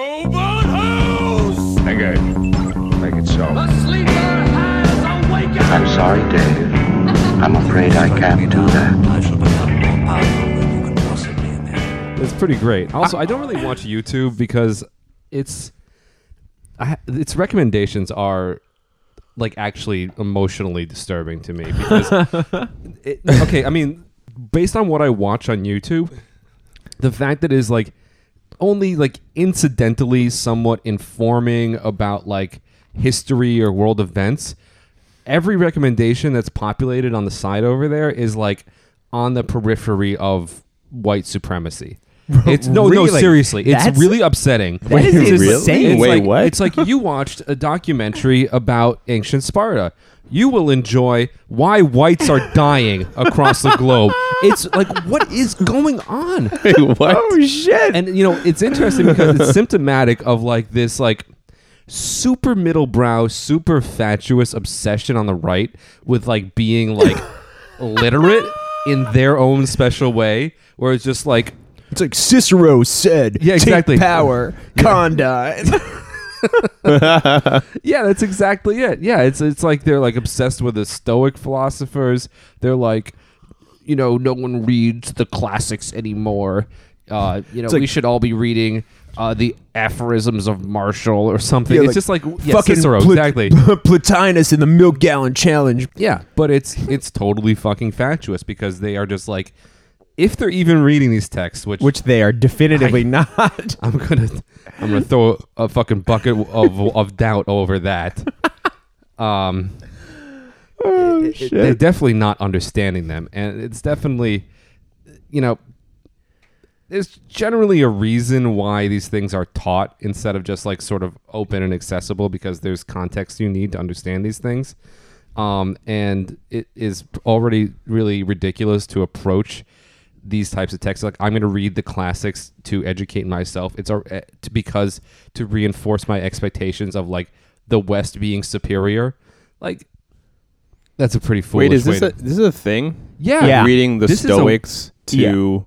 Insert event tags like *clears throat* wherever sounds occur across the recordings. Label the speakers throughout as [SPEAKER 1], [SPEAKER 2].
[SPEAKER 1] Mobile House!
[SPEAKER 2] Nigga, make it so.
[SPEAKER 1] The sleeper has awakened!
[SPEAKER 3] I'm sorry, Dave. I'm afraid I can't do that.
[SPEAKER 4] I shall become more powerful than you could possibly imagine.
[SPEAKER 5] It's pretty great. Also, I don't really watch YouTube because it's I, ha- its recommendations are like actually emotionally disturbing to me because
[SPEAKER 6] *laughs*
[SPEAKER 5] it, okay, I mean, based on what I watch on YouTube, the fact that it is like only like incidentally somewhat informing about like history or world events every recommendation that's populated on the side over there is like on the periphery of white supremacy it's no no
[SPEAKER 6] Really?
[SPEAKER 5] seriously it's
[SPEAKER 6] That's-
[SPEAKER 5] really upsetting
[SPEAKER 6] That is
[SPEAKER 5] It's just-
[SPEAKER 6] insane.
[SPEAKER 5] it's
[SPEAKER 7] Wait,
[SPEAKER 5] like-
[SPEAKER 7] what?
[SPEAKER 5] it's like you watched a documentary about ancient Sparta. You will enjoy why whites are dying across the globe. It's like what is going on?
[SPEAKER 6] *laughs*
[SPEAKER 7] what?
[SPEAKER 5] Oh,
[SPEAKER 6] shit!
[SPEAKER 5] And you know, it's interesting because it's symptomatic of like this like super middle brow, super fatuous obsession on the right with like being like literate in their own special way, where it's just like
[SPEAKER 6] it's like Cicero said,
[SPEAKER 5] Yeah,
[SPEAKER 6] "Take
[SPEAKER 5] exactly.
[SPEAKER 6] power, *laughs* Conde."
[SPEAKER 5] Yeah, that's exactly it. Yeah, it's it's like they're like obsessed with the Stoic philosophers. They're like, you know, no one reads the classics anymore. Uh, you know, we should all be reading uh, the aphorisms of Marshall or something.
[SPEAKER 6] Yeah,
[SPEAKER 5] it's
[SPEAKER 6] like,
[SPEAKER 5] just like yeah, Cicero,
[SPEAKER 6] Plut-
[SPEAKER 5] exactly.
[SPEAKER 6] *laughs* Plotinus in the milk gallon challenge.
[SPEAKER 5] yeah, but it's it's totally fucking fatuous because they are just like, if they're even reading these texts, which
[SPEAKER 6] Which they are
[SPEAKER 5] *laughs*
[SPEAKER 6] definitively not. *laughs*
[SPEAKER 5] I'm gonna I'm gonna throw a fucking bucket of of doubt over that. Um, it- it- they're definitely not understanding them, and it's definitely, you know, there's generally a reason why these things are taught instead of just like sort of open and accessible because there's context you need to understand these things. Um, and it is already really ridiculous to approach these types of texts. Like I'm going to read the classics to educate myself. It's al- eh, to, because to reinforce my expectations of like the West being superior. Like that's a pretty foolish
[SPEAKER 7] Wait, is this
[SPEAKER 5] way
[SPEAKER 7] a,
[SPEAKER 5] to,
[SPEAKER 7] this is a thing?
[SPEAKER 5] yeah.
[SPEAKER 6] Yeah.
[SPEAKER 7] Reading the
[SPEAKER 5] This is a-
[SPEAKER 7] Stoics
[SPEAKER 6] Yeah.
[SPEAKER 7] to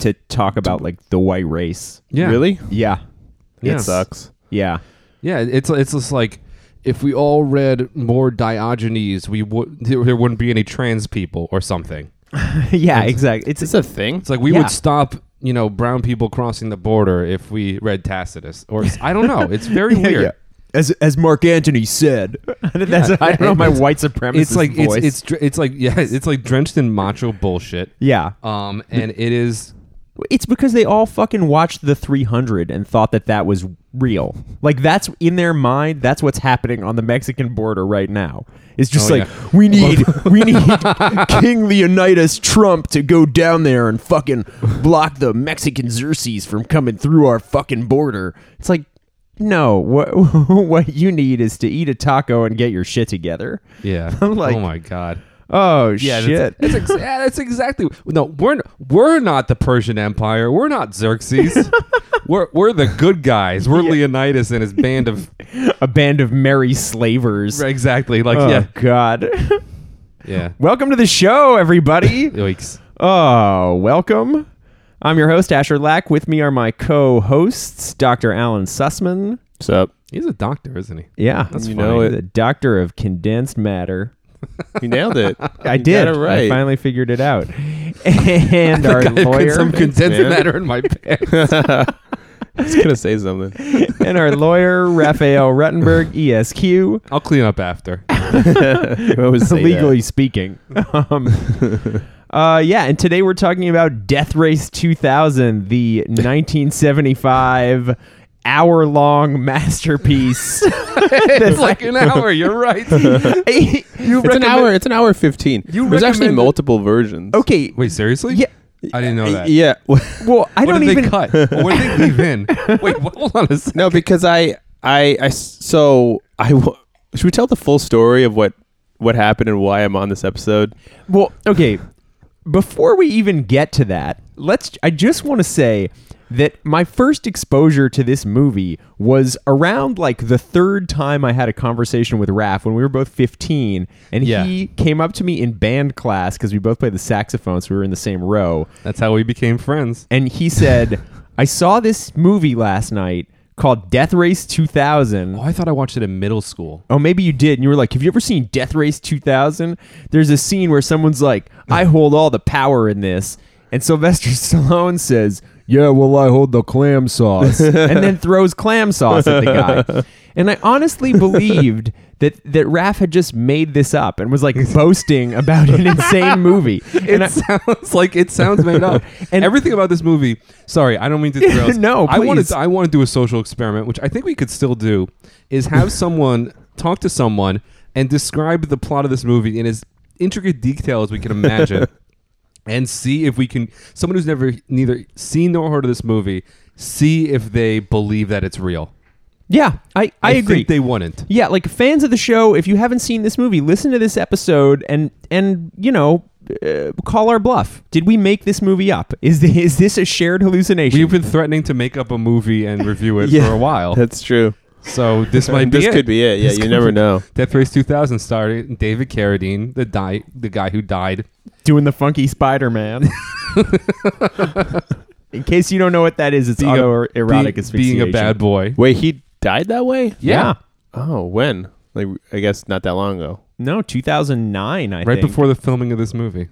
[SPEAKER 6] to talk about like the white race.
[SPEAKER 5] Yeah.
[SPEAKER 7] really?
[SPEAKER 6] Yeah.
[SPEAKER 5] Yeah.
[SPEAKER 7] It sucks.
[SPEAKER 6] Yeah. *laughs*
[SPEAKER 5] Yeah, it's it's just like if we all read more Diogenes, we would there there wouldn't be any trans people or something.
[SPEAKER 6] yeah, exactly. It's,
[SPEAKER 7] It's a thing.
[SPEAKER 5] It's like we
[SPEAKER 6] Yeah.
[SPEAKER 5] would stop, you know, brown people crossing the border if we read Tacitus or I don't know. It's
[SPEAKER 6] *laughs*
[SPEAKER 5] very weird.
[SPEAKER 6] As as Mark Antony said. *laughs* That's, I don't know my white supremacist
[SPEAKER 5] It's like it's,
[SPEAKER 6] voice.
[SPEAKER 5] it's dr- it's like *laughs* yeah, it's like drenched in macho bullshit.
[SPEAKER 6] yeah.
[SPEAKER 5] Um and it is
[SPEAKER 6] It's because they all fucking watched the 300 and thought that that was real. Like that's in their mind. That's what's happening on the Mexican border right now. It's just
[SPEAKER 5] Oh,
[SPEAKER 6] like
[SPEAKER 5] yeah.
[SPEAKER 6] we need
[SPEAKER 5] *laughs*
[SPEAKER 6] we need King Leonidas Trump to go down there and fucking block the Mexican Xerxes from coming through our fucking border. It's like no, what *laughs* what you need is to eat a taco and get your shit together.
[SPEAKER 5] yeah.
[SPEAKER 6] *laughs* I'm like,
[SPEAKER 5] oh my god.
[SPEAKER 6] Oh
[SPEAKER 5] Yeah,
[SPEAKER 6] shit.
[SPEAKER 5] That's, that's, ex- yeah, that's exactly. No, we're we're not the Persian Empire. We're not
[SPEAKER 6] *laughs*
[SPEAKER 5] Xerxes. we're we're the good guys. We're Leonidas and his band
[SPEAKER 6] *laughs*
[SPEAKER 5] of *laughs*
[SPEAKER 6] a band of merry slavers.
[SPEAKER 5] exactly like
[SPEAKER 6] Oh
[SPEAKER 5] yeah
[SPEAKER 6] god. *laughs*
[SPEAKER 5] yeah.
[SPEAKER 6] Welcome to the show, everybody.
[SPEAKER 5] Yikes.
[SPEAKER 6] Oh, welcome. I'm your host, Asher Lack. With me are my co hosts, Dr. Alan Sussman.
[SPEAKER 7] What's up?
[SPEAKER 5] He's a doctor, isn't he?
[SPEAKER 6] Yeah, that's
[SPEAKER 7] You know it.
[SPEAKER 6] The doctor of condensed matter.
[SPEAKER 7] You nailed
[SPEAKER 5] *laughs*
[SPEAKER 7] it.
[SPEAKER 6] I
[SPEAKER 7] You
[SPEAKER 6] did.
[SPEAKER 7] Got it right.
[SPEAKER 6] I finally figured it out. And our
[SPEAKER 5] *laughs* I put
[SPEAKER 6] lawyer,
[SPEAKER 5] some condensed
[SPEAKER 7] man.
[SPEAKER 5] matter in my
[SPEAKER 7] *laughs*
[SPEAKER 5] pants.
[SPEAKER 7] I was gonna say
[SPEAKER 5] *laughs*
[SPEAKER 7] something.
[SPEAKER 6] *laughs* and our lawyer, Raphael Ruttenberg, E ESQ.
[SPEAKER 5] I'll clean up
[SPEAKER 6] *laughs*
[SPEAKER 5] after.
[SPEAKER 7] I always say that.
[SPEAKER 6] legally speaking. Um, uh, yeah, and today we're talking about Death Race 2000, the 1975 hour long masterpiece. *laughs*
[SPEAKER 5] it's like an hour. You're right.
[SPEAKER 6] you
[SPEAKER 7] It's an hour. It's an hour fifteen.
[SPEAKER 5] You
[SPEAKER 7] There's actually
[SPEAKER 5] recommended-
[SPEAKER 7] multiple versions.
[SPEAKER 6] Okay.
[SPEAKER 5] Wait, seriously?
[SPEAKER 6] Yeah.
[SPEAKER 5] I didn't know
[SPEAKER 7] *laughs*
[SPEAKER 5] that.
[SPEAKER 7] Yeah.
[SPEAKER 6] Well, I
[SPEAKER 5] What
[SPEAKER 6] don't
[SPEAKER 5] did
[SPEAKER 6] even
[SPEAKER 5] they cut? Or what did they leave
[SPEAKER 6] *laughs*
[SPEAKER 5] in? Wait, wha- hold on a second.
[SPEAKER 7] no, because I, I, I. So I. w- Should we tell the full story of what what happened and why I'm on this
[SPEAKER 5] *laughs*
[SPEAKER 7] episode?
[SPEAKER 6] Well, okay. Before we even get to that, let's. I just want to say that my first exposure to this movie was around like the third time I had a conversation with Raph when we were both 15, and
[SPEAKER 5] Yeah.
[SPEAKER 6] he came up to me in band class because we both played the saxophone, so we were in the same row,
[SPEAKER 5] That's how we became friends.
[SPEAKER 6] and he said. I saw this movie last night called Death Race 2000.
[SPEAKER 5] Oh, I thought I watched it in middle school.
[SPEAKER 6] Oh, maybe you did. And you were like, Have you ever seen Death Race 2000? There's a scene where someone's like, I
[SPEAKER 5] Hmm.
[SPEAKER 6] hold all the power in this. And Sylvester *laughs* Stallone says, Yeah, well, I hold the clam
[SPEAKER 5] *laughs*
[SPEAKER 6] sauce. and then throws clam sauce at the guy. And I honestly believed that, that Raph had just made this up and was
[SPEAKER 5] *laughs*
[SPEAKER 6] like boasting about an insane movie. And I-
[SPEAKER 5] it sounds like it sounds made up.
[SPEAKER 6] And-
[SPEAKER 5] and everything about this movie. Sorry, I don't mean to derail. us.
[SPEAKER 6] No,
[SPEAKER 5] I want
[SPEAKER 6] please.
[SPEAKER 5] to. I want to do a social experiment, which I think we could still do. Is have someone talk to someone and describe the plot of this movie in as intricate detail as we can imagine, and see if we can. Someone who's never neither seen nor heard of this movie, see if they believe that it's real.
[SPEAKER 6] *laughs* yeah, I, I, agree.
[SPEAKER 5] Think they wouldn't.
[SPEAKER 6] Yeah, like fans of the show, if you haven't seen this movie, listen to this episode and and you know, uh, call our bluff. Did we make this movie up? Is th- is this a shared hallucination?
[SPEAKER 5] We've been threatening to make up a movie and review it for a while,
[SPEAKER 7] That's true.
[SPEAKER 5] so this might be
[SPEAKER 7] this
[SPEAKER 5] it.
[SPEAKER 7] could be it. Yeah,
[SPEAKER 5] This
[SPEAKER 7] you
[SPEAKER 5] could
[SPEAKER 7] never
[SPEAKER 5] be-
[SPEAKER 7] know.
[SPEAKER 5] Death Race 2000 started David Carradine, the die, the guy who died.
[SPEAKER 6] doing the funky *laughs* Spider-Man. In case you don't know what that is, it's
[SPEAKER 5] a-
[SPEAKER 6] autoerotic
[SPEAKER 5] be-
[SPEAKER 6] asphyxiation.
[SPEAKER 5] being a bad boy.
[SPEAKER 7] Wait, he died that way?
[SPEAKER 6] Yeah.
[SPEAKER 7] Oh, when? Like, I guess not that long ago.
[SPEAKER 6] No, 2009, I
[SPEAKER 5] Right
[SPEAKER 6] think.
[SPEAKER 5] before the filming of this
[SPEAKER 6] *laughs*
[SPEAKER 5] movie.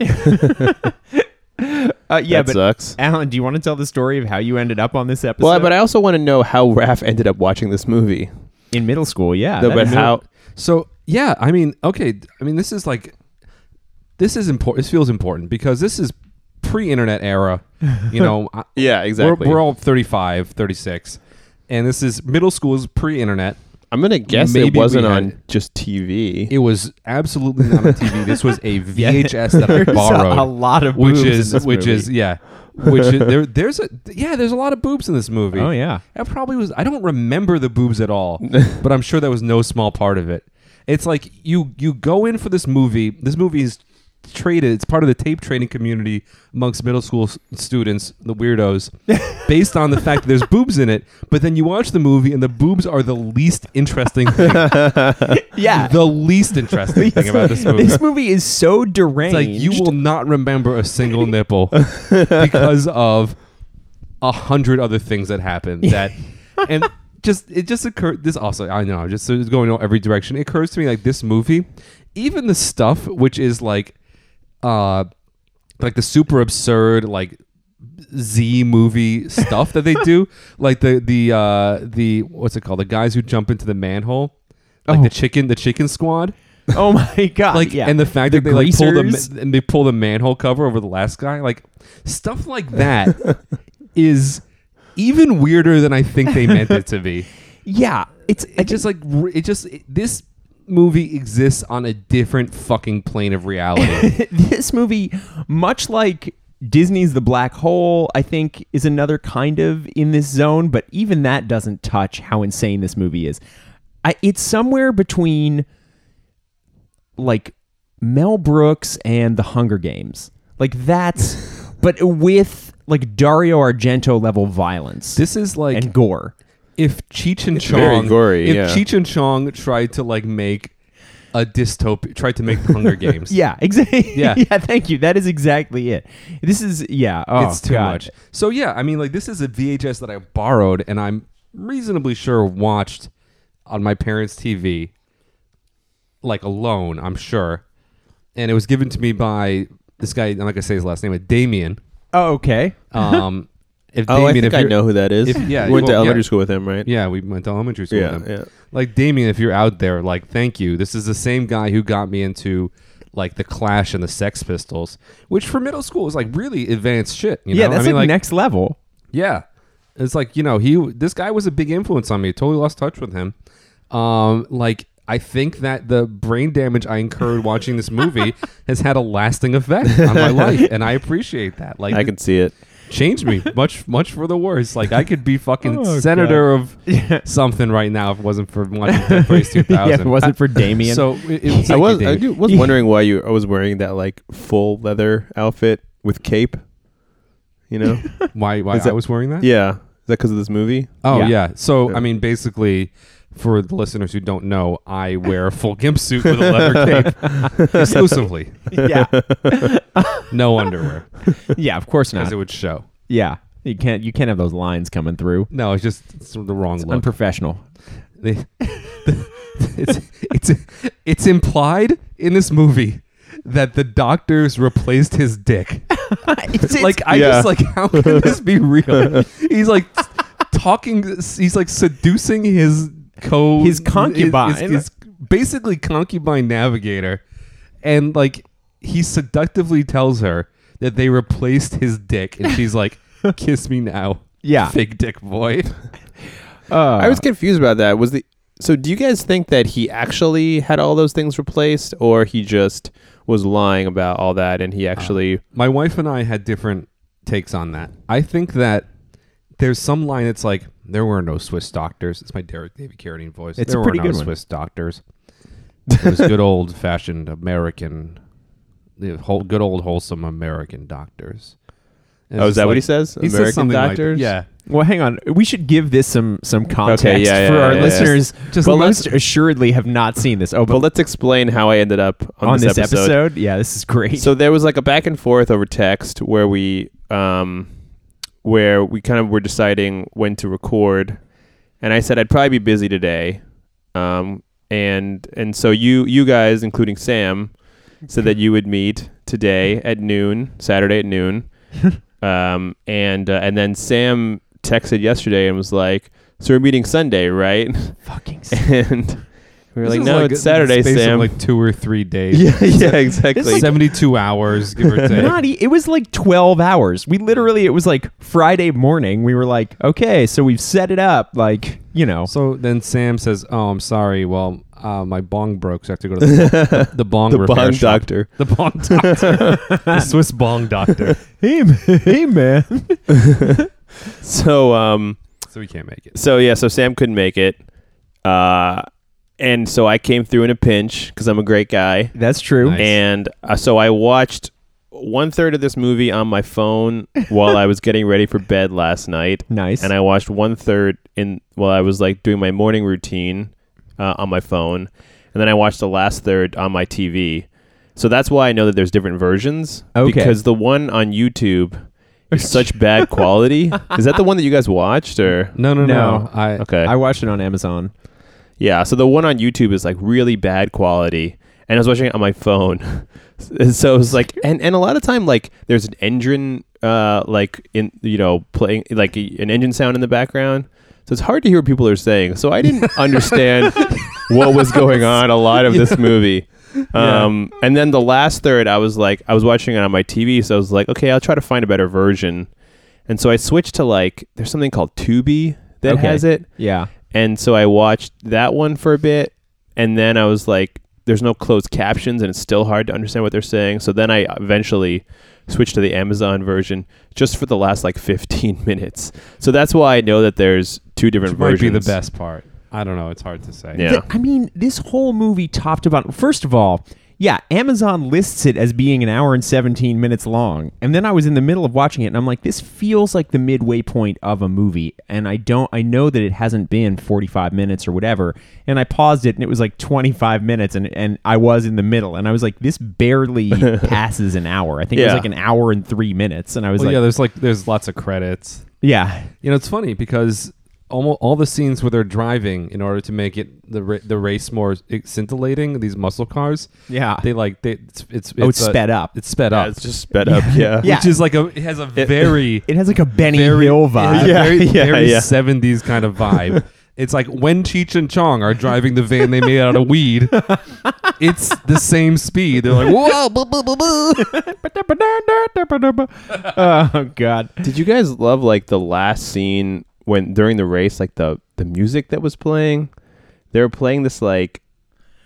[SPEAKER 6] Uh, yeah,
[SPEAKER 7] that
[SPEAKER 6] but
[SPEAKER 7] sucks.
[SPEAKER 6] Alan, do you want to tell the story of how you ended up on this episode?
[SPEAKER 7] Well, but I also want to know how Raph ended up watching this movie.
[SPEAKER 6] in middle school, yeah.
[SPEAKER 7] No,
[SPEAKER 6] that
[SPEAKER 7] but
[SPEAKER 6] is-
[SPEAKER 7] how?
[SPEAKER 5] So yeah, I mean, okay, I mean, this is like, this is important. This feels important because this is pre-internet
[SPEAKER 6] *laughs*
[SPEAKER 5] era. You know, I-
[SPEAKER 7] Yeah, exactly.
[SPEAKER 5] We're, we're all 35, 36, and this is middle school is pre-internet.
[SPEAKER 7] I'm gonna guess
[SPEAKER 5] Maybe
[SPEAKER 7] it
[SPEAKER 5] we
[SPEAKER 7] wasn't
[SPEAKER 5] had
[SPEAKER 7] on
[SPEAKER 5] it.
[SPEAKER 7] just TV.
[SPEAKER 5] It was absolutely not on TV. This was
[SPEAKER 6] *laughs*
[SPEAKER 5] a VHS that I
[SPEAKER 6] *laughs* There's
[SPEAKER 5] borrowed.
[SPEAKER 6] a, a lot
[SPEAKER 5] *laughs*
[SPEAKER 6] of
[SPEAKER 5] which
[SPEAKER 6] boobs in
[SPEAKER 5] is
[SPEAKER 6] this
[SPEAKER 5] which
[SPEAKER 6] movie.
[SPEAKER 5] is yeah which is
[SPEAKER 6] *laughs*
[SPEAKER 5] there there's a yeah there's a lot of boobs in this movie
[SPEAKER 6] Oh, yeah.
[SPEAKER 5] that probably was i don't remember the boobs at
[SPEAKER 6] *laughs*
[SPEAKER 5] all but i'm sure that was no small part of it it's like you you go in for this movie this movie is traded it's part of the tape trading community amongst middle school s- students the
[SPEAKER 6] *laughs*
[SPEAKER 5] weirdos based on the fact that there's boobs in it but then you watch the movie and the boobs are the least interesting thing
[SPEAKER 6] *laughs* yeah.
[SPEAKER 5] the least interesting thing about this movie
[SPEAKER 6] This movie is so deranged.
[SPEAKER 5] it's like you will not remember a single nipple because of a hundred other things that happened. That and just it just occurred. This also I know just it's going in every direction. It occurs to me like this movie, even the stuff which is like, uh, like the super absurd like Z movie stuff that they do, like the the uh the what's it called? The guys who jump into the manhole, like the chicken the chicken squad
[SPEAKER 6] *laughs* Oh my god!
[SPEAKER 5] like
[SPEAKER 6] yeah.
[SPEAKER 5] and the fact that they like pull
[SPEAKER 6] greasers.
[SPEAKER 5] the and they pull the manhole cover over the last guy like stuff like that is even weirder than i think they meant it to be
[SPEAKER 6] yeah, it's
[SPEAKER 5] it just like r- it just it- this movie exists on a different fucking plane of reality
[SPEAKER 6] *laughs* this movie, much like Disney's The Black Hole, I think is another kind of in this zone, but even that doesn't touch how insane this movie is. I, it's somewhere between like Mel Brooks and The Hunger Games, like
[SPEAKER 5] *laughs*
[SPEAKER 6] that's, but with like Dario Argento level violence
[SPEAKER 5] this is like
[SPEAKER 6] and gore.
[SPEAKER 5] if cheech and chong
[SPEAKER 7] very gory,
[SPEAKER 5] if
[SPEAKER 7] yeah.
[SPEAKER 5] cheech and chong tried to like make a dystopia tried to make the hunger games
[SPEAKER 6] Yeah, *laughs* exactly. Yeah.
[SPEAKER 5] Yeah.
[SPEAKER 6] thank you. That is exactly it. This is yeah. Oh,
[SPEAKER 5] it's too
[SPEAKER 6] God.
[SPEAKER 5] much. So yeah, I mean, like this is a VHS that I borrowed and I'm reasonably sure watched on my parents' TV, like alone. I'm sure, and it was given to me by this guy. I'm not gonna say his last name,
[SPEAKER 7] *laughs*
[SPEAKER 5] but Damien.
[SPEAKER 6] Oh, okay.
[SPEAKER 5] Um, if
[SPEAKER 7] oh, I
[SPEAKER 5] Damien,
[SPEAKER 7] think
[SPEAKER 5] if
[SPEAKER 7] I
[SPEAKER 5] you're-
[SPEAKER 7] know who that is.
[SPEAKER 5] if- yeah,
[SPEAKER 7] we went to
[SPEAKER 5] well, yeah.
[SPEAKER 7] elementary school with him, right?
[SPEAKER 5] Yeah, we went to elementary school
[SPEAKER 7] Yeah,
[SPEAKER 5] with him.
[SPEAKER 7] yeah.
[SPEAKER 5] Like Damien, if you're out there, like thank you. This is the same guy who got me into like the Clash and the Sex Pistols, which for middle school was like really advanced shit. You
[SPEAKER 6] yeah,
[SPEAKER 5] know?
[SPEAKER 6] that's
[SPEAKER 5] I mean,
[SPEAKER 6] like,
[SPEAKER 5] like
[SPEAKER 6] next level. *laughs*
[SPEAKER 5] Yeah, it's like you know he this guy was a big influence on me. Totally lost touch with him. Um, like I think that the brain damage I incurred watching this movie has had a lasting effect on my life, and I appreciate that. Like
[SPEAKER 7] I can see it.
[SPEAKER 5] change me much much for the worse. Like I could be fucking senator of something right now if it wasn't for watching Death Race 2000.
[SPEAKER 6] Yeah, if it wasn't for Damien.
[SPEAKER 5] So it, it was
[SPEAKER 7] I
[SPEAKER 5] like
[SPEAKER 7] was
[SPEAKER 5] it
[SPEAKER 7] I
[SPEAKER 5] did.
[SPEAKER 7] do, was wondering why you I was wearing that like full leather outfit with cape. You
[SPEAKER 5] *laughs*
[SPEAKER 7] know?
[SPEAKER 5] why why
[SPEAKER 7] Is that-
[SPEAKER 5] I was wearing that.
[SPEAKER 7] yeah. Is that because of this movie?
[SPEAKER 5] Oh
[SPEAKER 6] Yeah.
[SPEAKER 5] yeah. So I mean, basically, for the listeners who don't know, I wear a full gimp suit with a leather
[SPEAKER 6] *laughs*
[SPEAKER 5] cape exclusively.
[SPEAKER 6] *laughs* yeah,
[SPEAKER 5] No underwear,
[SPEAKER 6] yeah. Of course
[SPEAKER 5] as
[SPEAKER 6] not.
[SPEAKER 5] it would show.
[SPEAKER 6] yeah, You can't you can't have those lines coming through.
[SPEAKER 5] No, it's just it's the wrong
[SPEAKER 6] It's
[SPEAKER 5] look.
[SPEAKER 6] unprofessional.
[SPEAKER 5] They- *laughs* it's, it's, it's implied in this movie that the doctors replaced his dick. *laughs* like I
[SPEAKER 7] Yeah.
[SPEAKER 5] just like how
[SPEAKER 6] *laughs*
[SPEAKER 5] can this be real? He's like talking. He's like seducing his co
[SPEAKER 6] His concubine.
[SPEAKER 5] his- his basically concubine navigator, and like he seductively tells her that they replaced his dick, and she's like, "Kiss me now,
[SPEAKER 6] Yeah.
[SPEAKER 5] fake dick boy."
[SPEAKER 6] Uh,
[SPEAKER 7] I was confused about that. Was the so? Do you guys think that he actually had all those things replaced, or he just was lying about all that, and
[SPEAKER 5] Uh,
[SPEAKER 7] he actually?
[SPEAKER 5] my wife and I had different takes on that. I think that there's some line that's like there were no Swiss doctors. It's my Derek David Carradine voice.
[SPEAKER 6] It's a
[SPEAKER 5] there
[SPEAKER 6] pretty
[SPEAKER 5] were
[SPEAKER 6] good
[SPEAKER 5] no
[SPEAKER 6] one.
[SPEAKER 5] Swiss doctors. It was good old fashioned American, the whole good old wholesome American doctors. And it's
[SPEAKER 7] oh, is
[SPEAKER 5] just
[SPEAKER 7] that what
[SPEAKER 5] like-
[SPEAKER 7] he says?
[SPEAKER 5] He says something like that. yeah.
[SPEAKER 6] well, hang on. We should give this some some context
[SPEAKER 7] yeah,
[SPEAKER 6] for
[SPEAKER 7] yeah,
[SPEAKER 6] our
[SPEAKER 7] yeah, yeah.
[SPEAKER 6] listeners.
[SPEAKER 5] Just
[SPEAKER 6] but
[SPEAKER 5] let-
[SPEAKER 6] let's assuredly have not seen this. Oh,
[SPEAKER 7] But
[SPEAKER 6] but
[SPEAKER 7] let's explain how I ended up on,
[SPEAKER 6] on this, episode, yeah, this is great.
[SPEAKER 7] So there was like a back and forth over text where we, um, where we kind of were deciding when to record, and I said I'd probably be busy today, um, and and so you you guys, including Sam, said that you would meet today at noon, Saturday at
[SPEAKER 5] *laughs*
[SPEAKER 7] noon, um, and uh, and then Sam texted yesterday and was like, "So we're meeting Sunday, right?" *laughs*
[SPEAKER 6] fucking
[SPEAKER 7] and we were
[SPEAKER 5] This
[SPEAKER 7] like,
[SPEAKER 5] is
[SPEAKER 7] "No,
[SPEAKER 5] like
[SPEAKER 7] it's
[SPEAKER 5] a-
[SPEAKER 7] Saturday,
[SPEAKER 5] space of
[SPEAKER 7] Sam."
[SPEAKER 5] like two or three days.
[SPEAKER 7] *laughs* yeah, yeah, exactly.
[SPEAKER 6] This is like-
[SPEAKER 5] Seventy-two hours,
[SPEAKER 7] *laughs*
[SPEAKER 5] give or take.
[SPEAKER 6] not e- it was like 12 hours we literally it was like friday morning we were like okay so we've set it up like you know
[SPEAKER 5] So then Sam says, "Oh, I'm sorry. Well, uh, my bong broke, so I have to go to the, the, the bong
[SPEAKER 7] the
[SPEAKER 5] repair
[SPEAKER 7] bong
[SPEAKER 5] shop."
[SPEAKER 7] doctor.
[SPEAKER 5] The bong doctor, the Swiss bong doctor.
[SPEAKER 6] hey, m- hey man
[SPEAKER 7] So um
[SPEAKER 5] So we can't make it.
[SPEAKER 7] so yeah, so Sam couldn't make it. Uh and so I came through in a pinch cuz I'm a great guy.
[SPEAKER 6] that's true
[SPEAKER 5] Nice.
[SPEAKER 7] And uh, so I watched one third of this movie on my phone while I was getting ready for bed last night.
[SPEAKER 6] Nice.
[SPEAKER 7] And I watched one third in while I was like doing my morning routine uh, on my phone, and then I watched the last third on my TV. So that's why I know that there's different versions.
[SPEAKER 6] Okay.
[SPEAKER 7] Because the one on YouTube is such bad
[SPEAKER 6] *laughs*
[SPEAKER 7] quality. Is that the one that you guys watched or?
[SPEAKER 5] No, no, no.
[SPEAKER 6] No.
[SPEAKER 5] I
[SPEAKER 7] Okay.
[SPEAKER 6] i watched it on amazon
[SPEAKER 7] Yeah, so the one on YouTube is like really bad quality, and I was watching it on my phone, *laughs* so it was like, and and a lot of time like there's an engine, uh, like in you know playing like a- an engine sound in the background, so it's hard to hear what people are saying. So I didn't understand what was going on a lot of this movie. Um, and then the last third, I was like, I was watching it on my TV, so I was like, okay, I'll try to find a better version, and so I switched to like there's something called Tubi that
[SPEAKER 6] Okay.
[SPEAKER 7] has it.
[SPEAKER 6] yeah
[SPEAKER 7] And so I watched that one for a bit, and then I was like, there's no closed captions, and it's still hard to understand what they're saying. So then I eventually switched to the Amazon version just for the last like 15 *laughs* minutes. So that's why I know that there's two different
[SPEAKER 5] which might
[SPEAKER 7] versions.
[SPEAKER 5] be the best part. I don't know. It's hard to say.
[SPEAKER 7] Yeah.
[SPEAKER 6] Th- I mean, this whole movie top to bottom. First of all, yeah, Amazon lists it as being an hour and 17 minutes long. And then I was in the middle of watching it and I'm like, this feels like the midway point of a movie. And I don't, I know that it hasn't been 45 minutes or whatever. And I paused it and it was like 25 minutes and, and I was in the middle. And I was like, this
[SPEAKER 7] *laughs*
[SPEAKER 6] barely passes an hour. I think it was
[SPEAKER 7] Yeah.
[SPEAKER 6] like an hour and three minutes. And I was
[SPEAKER 5] Well, yeah.
[SPEAKER 6] like,
[SPEAKER 5] There's like there's lots of credits.
[SPEAKER 6] yeah.
[SPEAKER 5] You know, it's funny because almost all the scenes where they're driving in order to make it the ra- the race more scintillating, these muscle cars.
[SPEAKER 6] Yeah.
[SPEAKER 5] They like they it's it's,
[SPEAKER 6] Oh, it's sped up.
[SPEAKER 5] It's sped up.
[SPEAKER 7] *laughs* It's just sped up, yeah.
[SPEAKER 6] Yeah.
[SPEAKER 5] Which is like a it has a very
[SPEAKER 6] It has like a Benny
[SPEAKER 5] very
[SPEAKER 6] Hill
[SPEAKER 5] it
[SPEAKER 6] vibe.
[SPEAKER 5] has a
[SPEAKER 6] *laughs*
[SPEAKER 5] very,
[SPEAKER 7] Yeah,
[SPEAKER 5] very
[SPEAKER 7] yeah.
[SPEAKER 5] 70s kind of vibe. it's like when Cheech and Chong are driving the van they made out of weed, it's the same speed. They're like, whoa, boo, boo, boo, boo. *laughs*
[SPEAKER 6] Oh, God.
[SPEAKER 7] Did you guys love like the last scene when during the race, like the the music that was playing? They were playing this like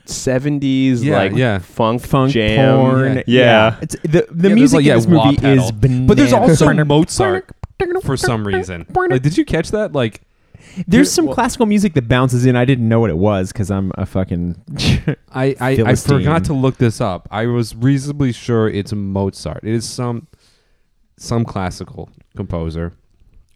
[SPEAKER 7] 70s
[SPEAKER 5] Yeah,
[SPEAKER 7] like
[SPEAKER 5] yeah.
[SPEAKER 7] funk
[SPEAKER 6] funk
[SPEAKER 7] jam.
[SPEAKER 6] porn.
[SPEAKER 7] Yeah. yeah.
[SPEAKER 6] It's, the the
[SPEAKER 5] Yeah, there's
[SPEAKER 6] music
[SPEAKER 5] like, yeah,
[SPEAKER 6] in this movie
[SPEAKER 5] wah pedal.
[SPEAKER 6] is bananas.
[SPEAKER 5] But there's also Mozart for some reason. Like, did you catch that? Like,
[SPEAKER 6] there's some classical music that bounces in. I didn't know what it was because I'm a fucking. *laughs*
[SPEAKER 5] I, I, I
[SPEAKER 6] Philistine.
[SPEAKER 5] forgot to look this up. I was reasonably sure it's Mozart. It is some some classical composer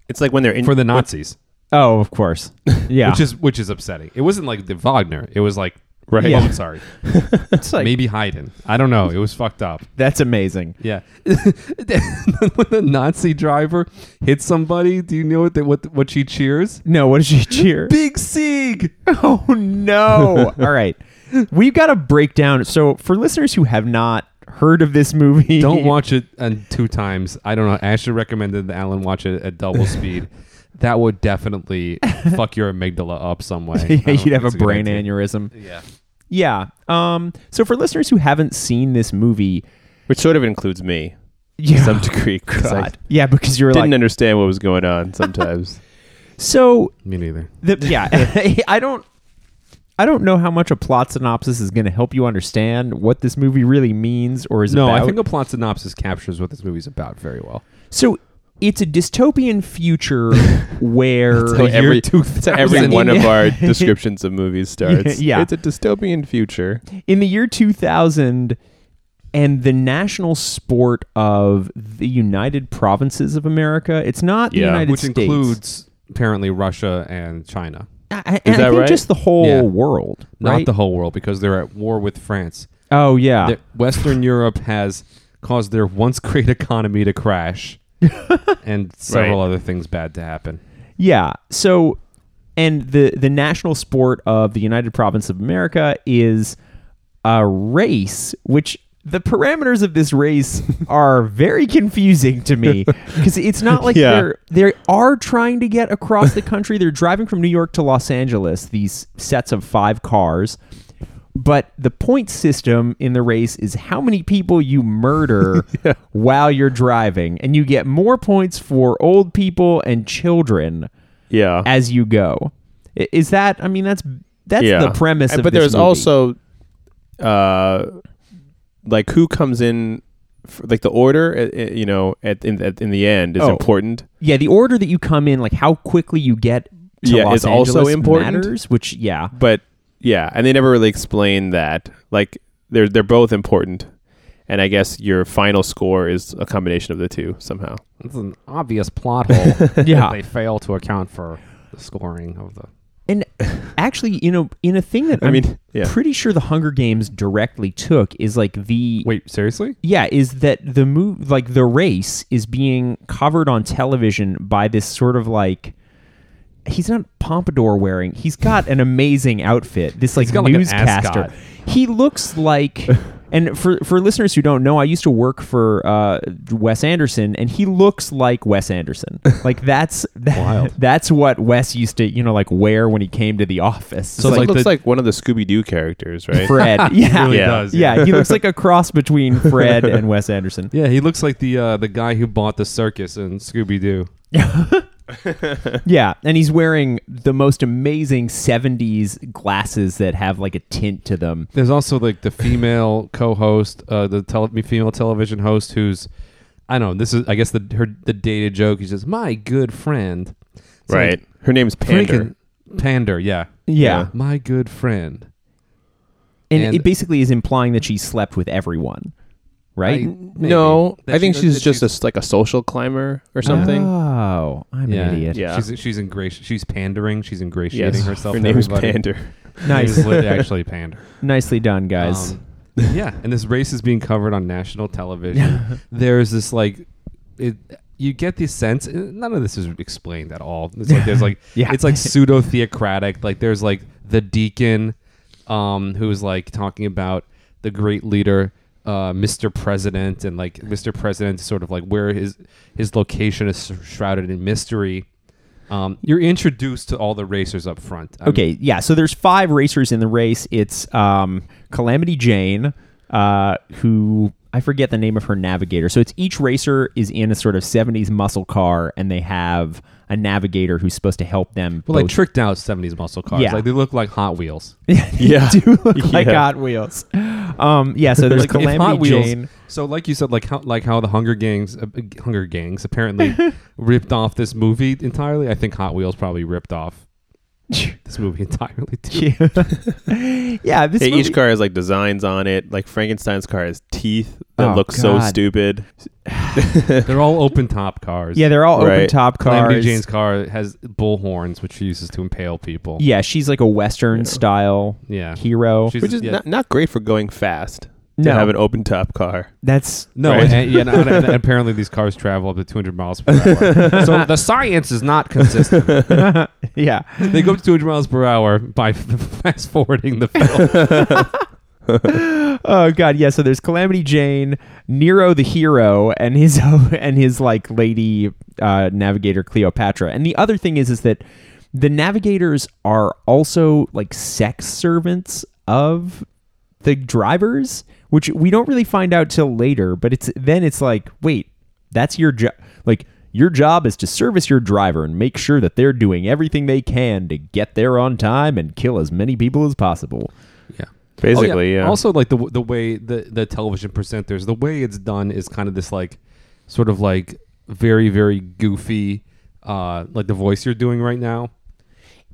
[SPEAKER 7] It's like when they're in
[SPEAKER 5] for the Nazis,
[SPEAKER 6] oh, of course. Yeah.
[SPEAKER 5] which is which is upsetting. It wasn't like the Wagner. It was like Right.
[SPEAKER 6] Yeah.
[SPEAKER 5] Oh, I'm sorry.
[SPEAKER 6] *laughs* It's like
[SPEAKER 5] Maybe Haydn. I don't know. It was fucked up.
[SPEAKER 6] that's amazing.
[SPEAKER 5] Yeah. *laughs* when the Nazi driver hits somebody, do you know what they, what what she cheers?
[SPEAKER 6] No, what
[SPEAKER 5] *laughs*
[SPEAKER 6] did she cheer?
[SPEAKER 5] Big Sieg.
[SPEAKER 6] Oh
[SPEAKER 5] *laughs*
[SPEAKER 6] no! All right, we've got to break down. So for listeners who have not heard of this movie, *laughs*
[SPEAKER 5] Don't watch it and two times. I don't know. Asher recommended that Alan watch it at
[SPEAKER 6] *laughs*
[SPEAKER 5] double speed. That would definitely fuck your amygdala up some way. I don't
[SPEAKER 6] *laughs* Yeah, you'd
[SPEAKER 5] think
[SPEAKER 6] have a
[SPEAKER 5] it's good
[SPEAKER 6] brain
[SPEAKER 5] idea.
[SPEAKER 6] aneurysm.
[SPEAKER 5] Yeah.
[SPEAKER 6] Yeah. Um. So for listeners who haven't seen
[SPEAKER 7] *laughs*
[SPEAKER 6] this movie,
[SPEAKER 7] which sort of includes me to *laughs*
[SPEAKER 6] yeah, *laughs*
[SPEAKER 7] some degree. 'cause I
[SPEAKER 6] Oh, God. yeah, because you're
[SPEAKER 7] didn't
[SPEAKER 6] like
[SPEAKER 7] understand what was going on
[SPEAKER 6] *laughs*
[SPEAKER 7] sometimes.
[SPEAKER 6] so.
[SPEAKER 5] Me neither.
[SPEAKER 7] *laughs*
[SPEAKER 6] The, yeah, *laughs* I don't. I don't know how much a plot synopsis is going to help you understand what this movie really means or is
[SPEAKER 5] No,
[SPEAKER 6] about.
[SPEAKER 5] I think a plot synopsis captures what this movie's about very well.
[SPEAKER 6] so. It's a
[SPEAKER 7] *laughs*
[SPEAKER 6] dystopian future where
[SPEAKER 7] So every, so every
[SPEAKER 6] 2000.
[SPEAKER 7] one of
[SPEAKER 6] Yeah.
[SPEAKER 7] our descriptions of movies starts.
[SPEAKER 6] *laughs* Yeah.
[SPEAKER 7] It's a dystopian future.
[SPEAKER 6] *laughs* in the year 2000 and the national sport of the United Provinces of America. It's not the
[SPEAKER 7] Yeah.
[SPEAKER 6] United
[SPEAKER 5] Which
[SPEAKER 6] States.
[SPEAKER 5] includes apparently Russia and China.
[SPEAKER 6] I, I- and I
[SPEAKER 7] that
[SPEAKER 6] think
[SPEAKER 7] right?
[SPEAKER 6] just the whole
[SPEAKER 5] Yeah.
[SPEAKER 6] world,
[SPEAKER 5] Not
[SPEAKER 6] right?
[SPEAKER 5] the whole world because they're at war with France.
[SPEAKER 6] oh yeah,
[SPEAKER 5] that Western Europe has caused their once *laughs* great economy to
[SPEAKER 6] *laughs*
[SPEAKER 5] crash and several
[SPEAKER 7] Right.
[SPEAKER 5] other things bad to happen.
[SPEAKER 6] yeah. So, and the the national sport of the United Province of America is a race, which. The parameters of this race are very confusing to me because it's not like
[SPEAKER 7] Yeah.
[SPEAKER 6] they're they are trying to get across the country. They're driving from New York to Los Angeles, these sets of five cars. But the point system in the race is how many people you
[SPEAKER 7] *laughs*
[SPEAKER 6] murder while you're driving. And you get more points for old people and children
[SPEAKER 7] Yeah.
[SPEAKER 6] as you go. I- Is that, I mean, that's that's
[SPEAKER 7] yeah.
[SPEAKER 6] the premise
[SPEAKER 7] And-
[SPEAKER 6] of
[SPEAKER 7] But
[SPEAKER 6] this
[SPEAKER 7] there's
[SPEAKER 6] movie.
[SPEAKER 7] also, uh, like who comes in, f like the order, uh, uh, you know, at in, at, in the end is
[SPEAKER 6] Oh.
[SPEAKER 7] important.
[SPEAKER 6] Yeah, the order that you come in, like how quickly you get to
[SPEAKER 7] Yeah,
[SPEAKER 6] Los
[SPEAKER 7] is also
[SPEAKER 6] Angeles
[SPEAKER 7] important.
[SPEAKER 6] matters,
[SPEAKER 7] *laughs*
[SPEAKER 6] which, yeah.
[SPEAKER 7] But yeah, and they never really explain that. Like they're they're both important, and I guess your final score is a combination of the two somehow.
[SPEAKER 5] It's an obvious plot hole.
[SPEAKER 6] Yeah. *laughs*
[SPEAKER 5] They fail to account for the scoring of the.
[SPEAKER 6] And actually, you know, in a thing that I
[SPEAKER 7] I
[SPEAKER 6] am
[SPEAKER 7] mean, yeah.
[SPEAKER 6] pretty sure the Hunger Games directly took is like the
[SPEAKER 5] Wait, seriously?
[SPEAKER 6] yeah is that the move like the race is being covered on television by this sort of like he's not pompadour wearing he's got an amazing outfit this like
[SPEAKER 5] got, like, an
[SPEAKER 6] newscaster
[SPEAKER 5] ascot.
[SPEAKER 6] he
[SPEAKER 5] *laughs*
[SPEAKER 6] looks like and for for listeners who don't know i used to work for uh, wes anderson and he looks like
[SPEAKER 5] *laughs*
[SPEAKER 6] wes anderson like that's that, that's what wes used to you know like wear when he came to the office
[SPEAKER 5] So
[SPEAKER 6] It's
[SPEAKER 5] it's
[SPEAKER 7] It
[SPEAKER 5] like
[SPEAKER 7] looks
[SPEAKER 5] the-
[SPEAKER 7] like one of the Scooby Doo characters, right?
[SPEAKER 5] *laughs*
[SPEAKER 6] fred yeah
[SPEAKER 5] really
[SPEAKER 7] Yeah.
[SPEAKER 5] does.
[SPEAKER 6] yeah he looks like a cross between fred and wes anderson
[SPEAKER 5] *laughs* Yeah, he looks like the uh, the guy who bought the circus in Scooby Doo.
[SPEAKER 6] Yeah, and he's wearing the most amazing 70s glasses that have like a tint to them.
[SPEAKER 5] There's also like
[SPEAKER 7] *laughs*
[SPEAKER 5] the female co-host, uh, the tele- female television host, who's I don't know. This is I guess the her the dated joke. He says, "My good friend." It's like,
[SPEAKER 7] right. Her name's Pander.
[SPEAKER 5] Pander. Pander, yeah.
[SPEAKER 6] Yeah.
[SPEAKER 5] My good friend.
[SPEAKER 6] And,
[SPEAKER 5] And-
[SPEAKER 6] it basically is implying that she slept with everyone, right?
[SPEAKER 5] I- maybe.
[SPEAKER 7] No,
[SPEAKER 5] That
[SPEAKER 7] I think
[SPEAKER 5] she-
[SPEAKER 7] she's
[SPEAKER 5] that
[SPEAKER 7] just a s like a social climber or something.
[SPEAKER 6] Oh, I'm
[SPEAKER 5] yeah.
[SPEAKER 6] an idiot.
[SPEAKER 7] Yeah.
[SPEAKER 5] She's she's ingrati- she's pandering, she's ingratiating
[SPEAKER 7] yes,
[SPEAKER 5] herself.
[SPEAKER 7] her
[SPEAKER 5] to
[SPEAKER 7] name's
[SPEAKER 5] everybody.
[SPEAKER 7] Pander.
[SPEAKER 5] She's
[SPEAKER 6] *laughs* Nice.
[SPEAKER 7] *laughs*
[SPEAKER 5] lit- actually Pander.
[SPEAKER 6] *laughs* Nicely done, guys.
[SPEAKER 5] Um, yeah, and this race is being covered on national
[SPEAKER 6] *laughs*
[SPEAKER 5] television. there's this like it you get the sense none of this is explained at all. It's like there's like
[SPEAKER 6] *laughs* Yeah.
[SPEAKER 5] it's like pseudo theocratic. Like there's like the deacon um who's like talking about the great leader uh, Mr. President and like Mr. President is sort of like where his his location is shrouded in mystery. Um, you're introduced to all the racers up front. I mean,
[SPEAKER 6] okay, yeah. So there's five racers in the race. It's um, Calamity Jane, uh, who I forget the name of her navigator. So it's each racer is in a sort of 70s muscle car, and they have a navigator who's supposed to help them.
[SPEAKER 5] well, like
[SPEAKER 6] both
[SPEAKER 5] tricked out '70s muscle cars.
[SPEAKER 6] Yeah.
[SPEAKER 5] Like they look like Hot Wheels.
[SPEAKER 7] Yeah.
[SPEAKER 6] *laughs* do look like
[SPEAKER 7] Yeah.
[SPEAKER 6] Hot Wheels. Um, yeah, so there's
[SPEAKER 5] Like, if
[SPEAKER 6] Calamity
[SPEAKER 5] Hot Wheels-
[SPEAKER 6] Jane.
[SPEAKER 5] So, like you said, like how like how the Hunger Gangs, uh, Hunger Gangs, apparently ripped off this movie entirely. I think Hot Wheels probably ripped off this movie entirely too.
[SPEAKER 6] *laughs* yeah, this
[SPEAKER 7] Yeah,
[SPEAKER 6] movie,
[SPEAKER 7] each car has like designs on it. Like Frankenstein's car has teeth. that
[SPEAKER 6] Oh,
[SPEAKER 7] look so
[SPEAKER 6] God.
[SPEAKER 7] stupid.
[SPEAKER 5] They're all open top cars.
[SPEAKER 6] Yeah, they're all open
[SPEAKER 7] Right.
[SPEAKER 6] top
[SPEAKER 5] Calamity
[SPEAKER 6] cars.
[SPEAKER 5] Jane's car has bull horns, which she uses to impale people.
[SPEAKER 6] Yeah, she's like a Western style
[SPEAKER 5] Yeah.
[SPEAKER 6] hero.
[SPEAKER 5] She's-
[SPEAKER 7] Which is
[SPEAKER 5] yeah.
[SPEAKER 7] not, not great for going fast.
[SPEAKER 6] No.
[SPEAKER 7] To have an open top car.
[SPEAKER 6] That's
[SPEAKER 5] No,
[SPEAKER 7] Right.
[SPEAKER 5] and, yeah, no, and- and apparently these cars travel up to 200 miles per hour. so the science is not consistent.
[SPEAKER 6] *laughs* yeah.
[SPEAKER 5] They go up to 200 miles per hour by *laughs* fast forwarding the film.
[SPEAKER 6] Oh god, yeah. So there's Calamity Jane, Nero the hero, and his *laughs* and his like lady uh, navigator Cleopatra. And the other thing is is that the navigators are also like sex servants of the drivers, which we don't really find out till later. But it's then it's like, wait, that's your job. Like your job is to service your driver and make sure that they're doing everything they can to get there on time and kill as many people as possible.
[SPEAKER 5] yeah.
[SPEAKER 7] Basically,
[SPEAKER 5] Oh,
[SPEAKER 7] yeah.
[SPEAKER 5] Also, like the w- the way the the television presenters, the way it's done is kind of this like, sort of like very very goofy, uh, like the voice you're doing right now.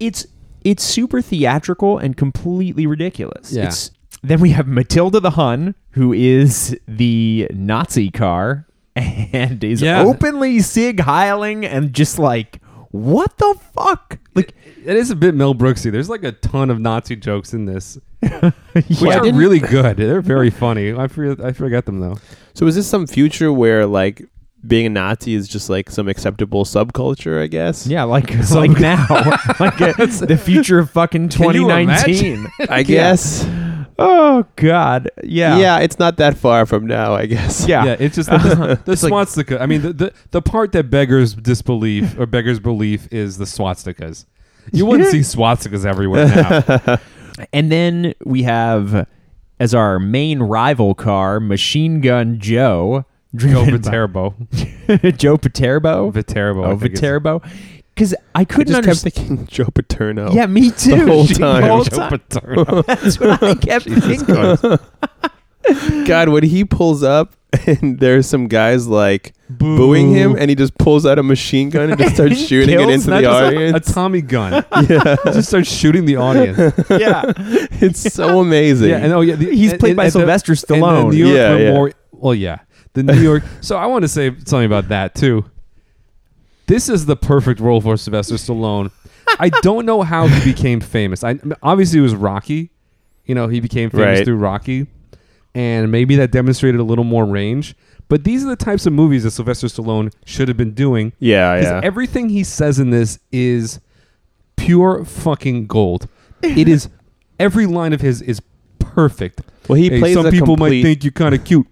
[SPEAKER 6] it's it's super theatrical and completely ridiculous.
[SPEAKER 5] Yeah.
[SPEAKER 6] It's then we have Matilda the Hun, who is the Nazi car *laughs* and is
[SPEAKER 5] Yeah.
[SPEAKER 6] openly sig heiling and just like what the fuck? Like
[SPEAKER 5] It is a bit Mel Brooksy. There's like a ton of Nazi jokes in this, which
[SPEAKER 6] yeah.
[SPEAKER 5] are *laughs* really good. They're very funny. I forget, I forgot them though.
[SPEAKER 7] So is this some future where like being a Nazi is just like some acceptable subculture, I guess?
[SPEAKER 6] Yeah, *laughs* like like now, like uh, the future of fucking
[SPEAKER 5] Can you
[SPEAKER 6] 2019.
[SPEAKER 7] *laughs* *laughs* I guess.
[SPEAKER 6] Oh God, yeah,
[SPEAKER 7] Yeah. it's not that far from now, *laughs* I guess.
[SPEAKER 6] yeah.
[SPEAKER 5] Yeah, it's just the, the, the swastika. I mean, the, the the part that beggars disbelief or beggars belief is the swastikas. You wouldn't see swastikas everywhere now.
[SPEAKER 6] And then we have as our main rival car, Machine Gun Joe,
[SPEAKER 5] Go
[SPEAKER 6] driven by-
[SPEAKER 5] Viterbo.
[SPEAKER 6] *laughs* Joe Paterbo.
[SPEAKER 5] Viterbo. I
[SPEAKER 6] Oh,
[SPEAKER 5] think it's-
[SPEAKER 6] Viterbo. Because I
[SPEAKER 7] I
[SPEAKER 6] couldn't
[SPEAKER 7] just kept
[SPEAKER 6] understand.
[SPEAKER 7] thinking *laughs* Joe Paterno.
[SPEAKER 6] Yeah, me too.
[SPEAKER 7] The
[SPEAKER 6] *laughs*
[SPEAKER 7] whole
[SPEAKER 6] She-
[SPEAKER 7] time.
[SPEAKER 6] whole
[SPEAKER 5] Joe
[SPEAKER 6] time.
[SPEAKER 5] Paterno.
[SPEAKER 6] *laughs* That's
[SPEAKER 7] *laughs*
[SPEAKER 6] what I kept thinking.
[SPEAKER 7] God, when he pulls up *laughs* and there's some guys like booing him and he just pulls out a machine gun and just
[SPEAKER 6] *laughs*
[SPEAKER 7] starts shooting it
[SPEAKER 6] kills
[SPEAKER 7] into
[SPEAKER 6] not
[SPEAKER 7] the
[SPEAKER 6] just a-
[SPEAKER 7] audience.
[SPEAKER 5] a Tommy gun. Yeah. *laughs* just starts shooting the audience. *laughs*
[SPEAKER 6] Yeah,
[SPEAKER 7] *laughs*
[SPEAKER 6] *laughs*
[SPEAKER 7] it's so amazing.
[SPEAKER 5] Yeah, and oh yeah, the-
[SPEAKER 6] he's
[SPEAKER 5] and-
[SPEAKER 6] played
[SPEAKER 5] and-
[SPEAKER 6] by
[SPEAKER 5] and the-
[SPEAKER 6] Sylvester
[SPEAKER 5] and the
[SPEAKER 6] Stallone.
[SPEAKER 5] New York
[SPEAKER 7] Yeah, yeah.
[SPEAKER 5] Memorial. Well, yeah, the New York. *laughs* so I want to say something about that too. This is the perfect role for Sylvester Stallone. I don't know how he became famous. I obviously it was Rocky. You know, he became famous
[SPEAKER 7] Right.
[SPEAKER 5] through Rocky, and maybe that demonstrated a little more range. But these are the types of movies that Sylvester Stallone should have been doing.
[SPEAKER 7] yeah,
[SPEAKER 5] Because
[SPEAKER 7] yeah.
[SPEAKER 5] everything he says in this is pure fucking gold.
[SPEAKER 7] *laughs*
[SPEAKER 5] It is every line of his is perfect.
[SPEAKER 7] Well, he
[SPEAKER 5] Hey,
[SPEAKER 7] plays
[SPEAKER 5] some
[SPEAKER 7] a
[SPEAKER 5] people might
[SPEAKER 7] complete-
[SPEAKER 5] think you're kind of cute.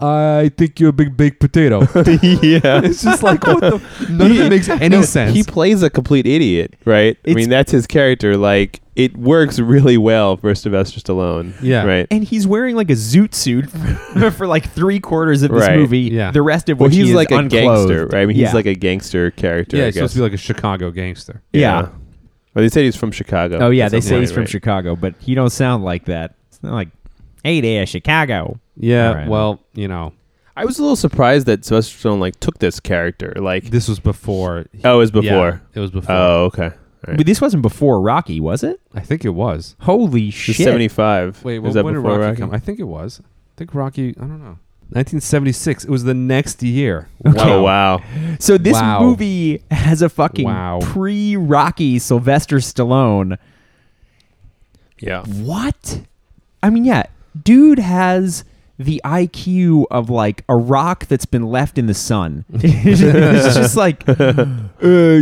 [SPEAKER 5] I think you're a big
[SPEAKER 7] *laughs*
[SPEAKER 5] baked potato.
[SPEAKER 6] *laughs*
[SPEAKER 7] yeah.
[SPEAKER 5] it's just like what
[SPEAKER 7] *laughs*
[SPEAKER 5] the none of it makes any sense.
[SPEAKER 7] He plays a complete idiot, right? I
[SPEAKER 6] It's-
[SPEAKER 7] mean, that's his character. Like, it works really well for Sylvester Stallone.
[SPEAKER 5] Yeah.
[SPEAKER 7] Right.
[SPEAKER 6] and he's wearing like a zoot suit *laughs* for like three quarters of this
[SPEAKER 7] Right.
[SPEAKER 6] movie.
[SPEAKER 5] Yeah.
[SPEAKER 6] The rest of
[SPEAKER 7] well,
[SPEAKER 6] which he
[SPEAKER 7] he's
[SPEAKER 6] is
[SPEAKER 7] like a
[SPEAKER 6] unclothed.
[SPEAKER 7] gangster, right? I mean,
[SPEAKER 6] yeah.
[SPEAKER 7] he's like a gangster character.
[SPEAKER 5] yeah,
[SPEAKER 7] I
[SPEAKER 5] he's supposed
[SPEAKER 7] guess.
[SPEAKER 5] to be like a Chicago gangster.
[SPEAKER 6] yeah.
[SPEAKER 7] Well, they said he's from Chicago.
[SPEAKER 6] Oh yeah,
[SPEAKER 7] at
[SPEAKER 6] they
[SPEAKER 7] some
[SPEAKER 6] say
[SPEAKER 7] point,
[SPEAKER 6] he's from
[SPEAKER 7] right?
[SPEAKER 6] Chicago, but he don't sound like that. It's not like, hey there, Chicago.
[SPEAKER 5] Yeah,
[SPEAKER 6] All right.
[SPEAKER 5] well, you know,
[SPEAKER 7] I was a little surprised that Sylvester Stallone like took this character. Like,
[SPEAKER 5] this was before.
[SPEAKER 7] oh, it was
[SPEAKER 5] Yeah,
[SPEAKER 7] before.
[SPEAKER 5] it was before.
[SPEAKER 7] Oh, okay. All right.
[SPEAKER 6] But this wasn't before Rocky, was it?
[SPEAKER 5] I think it was.
[SPEAKER 6] Holy
[SPEAKER 7] This
[SPEAKER 6] shit!
[SPEAKER 7] is 75.
[SPEAKER 5] Wait,
[SPEAKER 7] was
[SPEAKER 5] when,
[SPEAKER 7] that
[SPEAKER 5] when did
[SPEAKER 7] before
[SPEAKER 5] Rocky,
[SPEAKER 7] Rocky?
[SPEAKER 5] come? I think it was. I think Rocky. I don't know. 1976. It was the next year. *laughs*
[SPEAKER 7] Oh, wow.
[SPEAKER 6] So this
[SPEAKER 5] Wow.
[SPEAKER 6] movie has a fucking
[SPEAKER 5] Wow.
[SPEAKER 6] pre-Rocky Sylvester Stallone.
[SPEAKER 7] Yeah.
[SPEAKER 6] What? I mean, yeah, dude has the IQ of like a rock that's been left in the sun. *laughs* it's
[SPEAKER 5] *laughs*
[SPEAKER 6] just like, uh,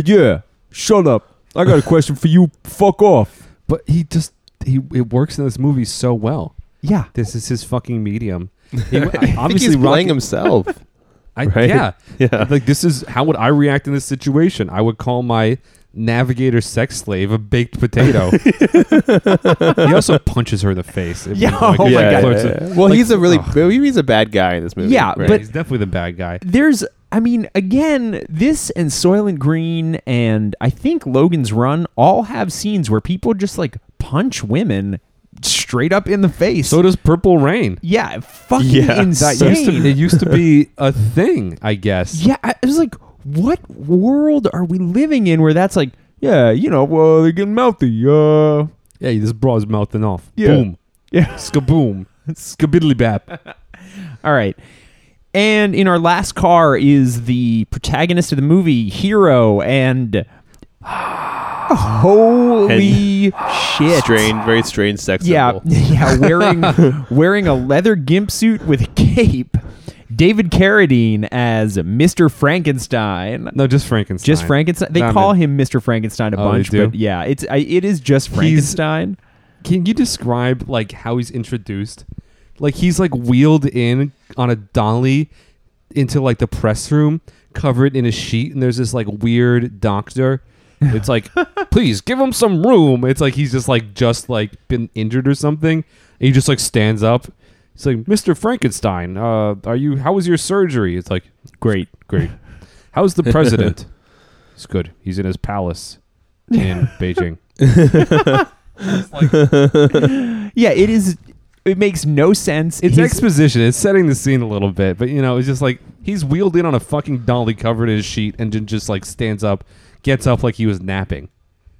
[SPEAKER 6] yeah, shut up. I
[SPEAKER 5] *laughs*
[SPEAKER 6] got a question for you. Fuck off.
[SPEAKER 5] But he just he it works in this movie so well.
[SPEAKER 6] Yeah.
[SPEAKER 5] This is his fucking medium. He,
[SPEAKER 7] I think
[SPEAKER 5] obviously,
[SPEAKER 7] he's
[SPEAKER 5] Rocky,
[SPEAKER 7] playing himself.
[SPEAKER 5] I,
[SPEAKER 7] right?
[SPEAKER 5] Yeah,
[SPEAKER 7] Yeah.
[SPEAKER 5] Like this is how would I react in this situation? I would call my navigator sex slave a baked potato. he also punches her in the face. at
[SPEAKER 6] Yeah,
[SPEAKER 5] one point.
[SPEAKER 6] oh my
[SPEAKER 5] He
[SPEAKER 6] God.
[SPEAKER 5] flirts with-
[SPEAKER 7] yeah. Well,
[SPEAKER 5] like,
[SPEAKER 7] he's a really
[SPEAKER 5] oh,
[SPEAKER 7] he's a bad guy in this movie.
[SPEAKER 6] Yeah,
[SPEAKER 7] right?
[SPEAKER 6] but-
[SPEAKER 5] he's definitely the bad guy.
[SPEAKER 6] there's I mean, again, this and Soylent Green and I think Logan's Run all have scenes where people just like punch women straight up in the face.
[SPEAKER 5] So does Purple Rain.
[SPEAKER 6] yeah, fucking
[SPEAKER 7] Yeah,
[SPEAKER 5] That used to, it
[SPEAKER 6] insane.
[SPEAKER 5] used to be a thing, I guess.
[SPEAKER 6] Yeah, I I was like, what world are we living in where that's like, *laughs* yeah, you know, well, they're getting mouthy. Uh,
[SPEAKER 5] Yeah, this bra's mouthing off.
[SPEAKER 6] Yeah. *laughs*
[SPEAKER 5] Boom.
[SPEAKER 6] yeah.
[SPEAKER 5] Skaboom. Skabiddly bap.
[SPEAKER 6] All right. And in our last car is the protagonist of the movie, Hero, and *sighs* holy shit.
[SPEAKER 7] Strange, very strange sex
[SPEAKER 6] Yeah,
[SPEAKER 7] symbol.
[SPEAKER 6] *laughs* yeah, wearing wearing a leather gimp suit with *laughs* a cape. David Carradine as Mr. Frankenstein.
[SPEAKER 5] No, just Frankenstein.
[SPEAKER 6] Just Frankenstein. They
[SPEAKER 5] Nah,
[SPEAKER 6] call
[SPEAKER 5] man.
[SPEAKER 6] him Mr. Frankenstein a
[SPEAKER 5] Oh, they
[SPEAKER 6] bunch,
[SPEAKER 5] do?
[SPEAKER 6] but yeah, it's I, it is just Frankenstein.
[SPEAKER 5] Can you describe like how he's introduced? Like he's like wheeled in on a dolly into like the press room, covered in a sheet, and there's this like weird doctor. It's like, please give him some room. It's like he's just like just like been injured or something. And he just like stands up. He's like, Mr. Frankenstein, uh, are you? How was your surgery? It's like great, great. How's the president? it's good. He's in his palace in Beijing.
[SPEAKER 6] Yeah, it is. It makes no sense.
[SPEAKER 5] It's
[SPEAKER 6] He's-
[SPEAKER 5] exposition. It's setting the scene a little bit, but you know, it's just like he's wheeled in on a fucking dolly covered in a sheet and then just like stands up, gets up like he was napping.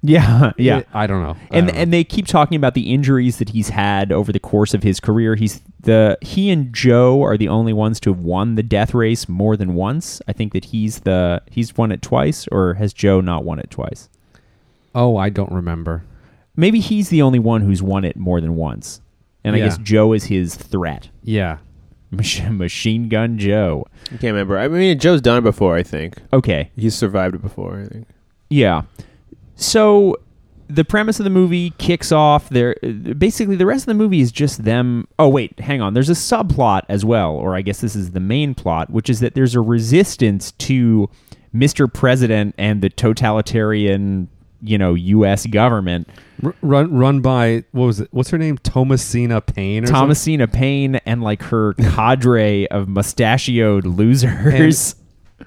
[SPEAKER 6] *laughs* yeah, yeah.
[SPEAKER 5] I don't know. I
[SPEAKER 6] and
[SPEAKER 5] don't know.
[SPEAKER 6] and they keep talking about the injuries that he's had over the course of his career. He's the he and Joe are the only ones to have won the death race more than once. I think that he's the he's won it twice, or has Joe not won it twice?
[SPEAKER 5] oh, I don't remember.
[SPEAKER 6] Maybe he's the only one who's won it more than once. And I
[SPEAKER 5] Yeah.
[SPEAKER 6] guess Joe is his threat, *laughs*
[SPEAKER 5] Yeah,
[SPEAKER 6] Mach- Machine Gun Joe.
[SPEAKER 7] I can't remember. I mean, Joe's done it before, I think.
[SPEAKER 6] Okay,
[SPEAKER 7] He's survived it before, I think.
[SPEAKER 6] Yeah. So the premise of the movie kicks off there basically the rest of the movie is just them oh wait hang on there's a subplot as well or i guess this is the main plot which is that there's a resistance to mr president and the totalitarian you know us government
[SPEAKER 5] R- run run by what was it? What's her name? Thomasina Payne. Or something?
[SPEAKER 6] thomasina paine and like
[SPEAKER 5] *laughs*
[SPEAKER 6] her cadre of mustachioed losers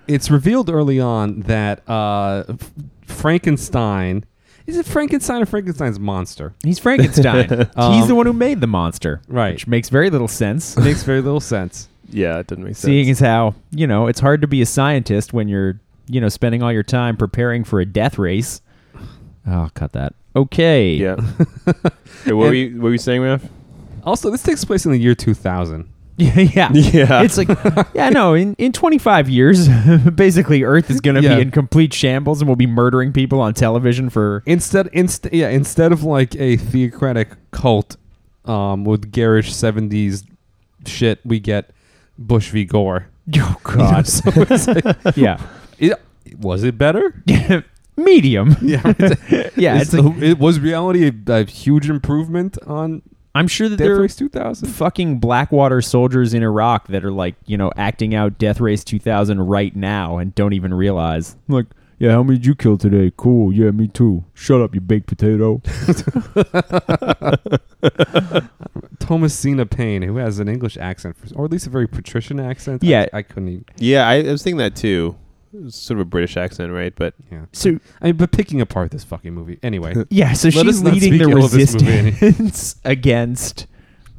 [SPEAKER 5] It's revealed early on that uh, F- Frankenstein is it Frankenstein or Frankenstein's monster? *laughs*
[SPEAKER 6] he's frankenstein he's
[SPEAKER 5] Um,
[SPEAKER 6] the one who made the monster
[SPEAKER 5] right.
[SPEAKER 6] which makes very
[SPEAKER 5] *laughs*
[SPEAKER 6] little sense
[SPEAKER 5] Makes very little sense. *laughs*
[SPEAKER 7] Yeah, it doesn't make sense.
[SPEAKER 6] seeing as how you know it's hard to be a scientist when you're you know spending all your time preparing for a death race oh cut that okay
[SPEAKER 7] yeah. Hey, what, were you, what were you saying, Raph?
[SPEAKER 5] Also, this takes place in the year two thousand.
[SPEAKER 6] yeah *laughs* yeah
[SPEAKER 7] Yeah.
[SPEAKER 6] it's like yeah no in, in 25 years *laughs* basically earth is going to
[SPEAKER 5] Yeah.
[SPEAKER 6] be in complete shambles and we'll be murdering people on television
[SPEAKER 5] *laughs*
[SPEAKER 6] for
[SPEAKER 5] instead inst- yeah instead of like a theocratic cult um with garish 70s shit we get bush v gore
[SPEAKER 6] oh *laughs* god
[SPEAKER 5] so it's like,
[SPEAKER 6] yeah *laughs*
[SPEAKER 5] it, was it better
[SPEAKER 6] medium
[SPEAKER 5] *laughs* yeah *laughs* it's-
[SPEAKER 6] yeah
[SPEAKER 5] it's
[SPEAKER 6] it's like,
[SPEAKER 5] it was reality a, a huge improvement on
[SPEAKER 6] *laughs* i'm sure that
[SPEAKER 5] Death
[SPEAKER 6] there
[SPEAKER 5] Race 2000
[SPEAKER 6] fucking Blackwater soldiers in Iraq that are like, you know, acting out Death Race 2000 right now and don't even realize. Like, yeah, how many did you kill today? Cool. Yeah, me too. Shut up, you baked potato.
[SPEAKER 5] thomasina payne who has an english accent for, or at least a very patrician accent I-
[SPEAKER 6] Yeah.
[SPEAKER 5] i, couldn't e, even
[SPEAKER 7] yeah, I, I was thinking that too. It's sort of a British accent, right? But
[SPEAKER 5] yeah
[SPEAKER 6] So
[SPEAKER 5] i mean but picking apart this fucking movie *laughs* anyway
[SPEAKER 6] yeah, so
[SPEAKER 5] Let
[SPEAKER 6] she's
[SPEAKER 5] us not
[SPEAKER 6] leading the
[SPEAKER 5] speak ill of this movie any-
[SPEAKER 6] resistance *laughs* against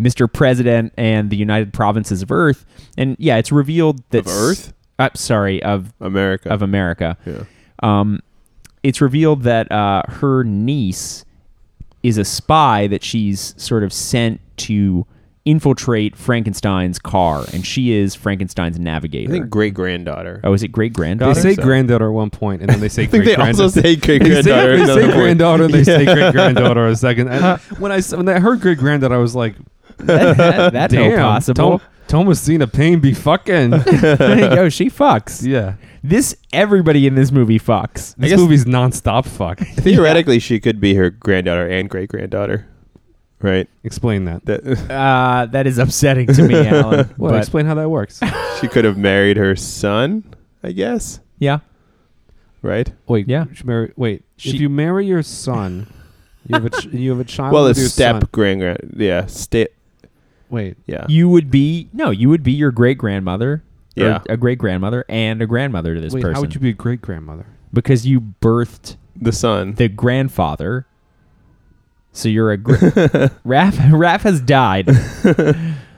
[SPEAKER 6] Mr. President and the United Provinces of Earth, and yeah, it's revealed that
[SPEAKER 7] Of Earth?
[SPEAKER 6] Uh, sorry, of
[SPEAKER 7] America.
[SPEAKER 6] of America.
[SPEAKER 7] yeah.
[SPEAKER 6] um, it's revealed that uh, her niece is a spy that she's sort of sent to infiltrate Frankenstein's car, and she is Frankenstein's
[SPEAKER 7] I
[SPEAKER 6] navigator.
[SPEAKER 7] think great granddaughter.
[SPEAKER 6] oh, is it great
[SPEAKER 5] They
[SPEAKER 6] granddaughter?
[SPEAKER 5] say
[SPEAKER 7] so.
[SPEAKER 5] granddaughter at one point, and *laughs* then they say
[SPEAKER 7] think
[SPEAKER 5] great
[SPEAKER 7] they also say great granddaughter
[SPEAKER 5] They
[SPEAKER 7] at
[SPEAKER 5] say,
[SPEAKER 7] another
[SPEAKER 5] they say
[SPEAKER 7] point.
[SPEAKER 5] granddaughter and they say great granddaughter a second. And when I s- when I heard great granddaughter, I was like,
[SPEAKER 6] *laughs* that, that no
[SPEAKER 5] *laughs* damn,
[SPEAKER 6] possible.
[SPEAKER 5] Tom, Thomasina Payne be
[SPEAKER 7] *laughs*
[SPEAKER 5] fucking.
[SPEAKER 6] *laughs* Yo, she fucks.
[SPEAKER 5] yeah,
[SPEAKER 6] This everybody in this movie fucks.
[SPEAKER 5] this
[SPEAKER 7] guess-
[SPEAKER 5] movie's nonstop fuck.
[SPEAKER 7] Theoretically, she could be her granddaughter and great granddaughter, right?
[SPEAKER 5] Explain that.
[SPEAKER 7] That *laughs*
[SPEAKER 6] Uh, that is upsetting to
[SPEAKER 5] *laughs*
[SPEAKER 6] me, Alan.
[SPEAKER 5] What?
[SPEAKER 6] but-
[SPEAKER 5] explain how
[SPEAKER 7] *laughs*
[SPEAKER 5] that works.
[SPEAKER 7] she could have married her son, I guess,
[SPEAKER 6] yeah,
[SPEAKER 7] right?
[SPEAKER 5] Wait,
[SPEAKER 6] Yeah.
[SPEAKER 5] she marry- wait,
[SPEAKER 6] She-
[SPEAKER 5] if you marry your son, you have a ch- you have a child.
[SPEAKER 7] well,
[SPEAKER 5] with
[SPEAKER 7] a
[SPEAKER 5] your
[SPEAKER 7] step
[SPEAKER 5] son.
[SPEAKER 7] grand, grand, yeah, step,
[SPEAKER 5] Wait,
[SPEAKER 7] yeah,
[SPEAKER 6] you would be no, you would be your great grandmother.
[SPEAKER 7] Yeah.
[SPEAKER 6] a great grandmother and a grandmother to this
[SPEAKER 5] wait,
[SPEAKER 6] person.
[SPEAKER 5] how would you be a great grandmother?
[SPEAKER 6] because you birthed
[SPEAKER 7] the son.
[SPEAKER 6] the grandfather. So you're
[SPEAKER 5] *laughs*
[SPEAKER 6] a gr- Raph. Raph has died.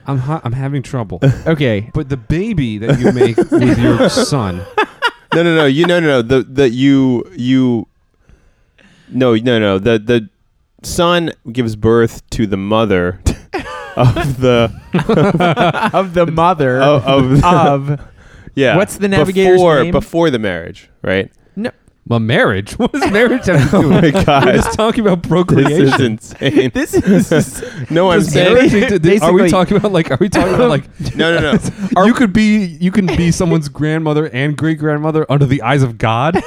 [SPEAKER 5] I'm ha- I'm
[SPEAKER 7] *laughs*
[SPEAKER 5] having trouble.
[SPEAKER 6] Okay,
[SPEAKER 5] But the baby that you make with
[SPEAKER 7] *laughs*
[SPEAKER 5] your son,
[SPEAKER 7] no, no, no, you, no, no, no, the, the, you, you, no, no, no, the, the son gives birth to the mother, *laughs* of the
[SPEAKER 6] of the mother
[SPEAKER 5] Oh.
[SPEAKER 7] of, of the-
[SPEAKER 5] *laughs*
[SPEAKER 6] *laughs* of
[SPEAKER 7] *laughs* yeah.
[SPEAKER 6] what's the navigator's
[SPEAKER 7] before,
[SPEAKER 6] name?
[SPEAKER 7] Before the marriage, right?
[SPEAKER 5] My marriage? *laughs* What does marriage have to
[SPEAKER 7] *laughs*
[SPEAKER 5] do
[SPEAKER 6] *laughs*
[SPEAKER 7] Oh my
[SPEAKER 5] with it? We're
[SPEAKER 7] god,
[SPEAKER 5] just talking about
[SPEAKER 7] this
[SPEAKER 5] procreation.
[SPEAKER 7] is insane.
[SPEAKER 6] this is
[SPEAKER 7] no, I'm
[SPEAKER 5] Does
[SPEAKER 7] saying
[SPEAKER 5] marriage into this- are we
[SPEAKER 6] Basically- um,
[SPEAKER 5] talking about like? Are we talking about like?
[SPEAKER 7] no,
[SPEAKER 6] *laughs*
[SPEAKER 7] no, no.
[SPEAKER 5] you could be you can be someone's grandmother and great grandmother under the eyes of
[SPEAKER 6] *laughs*
[SPEAKER 5] God.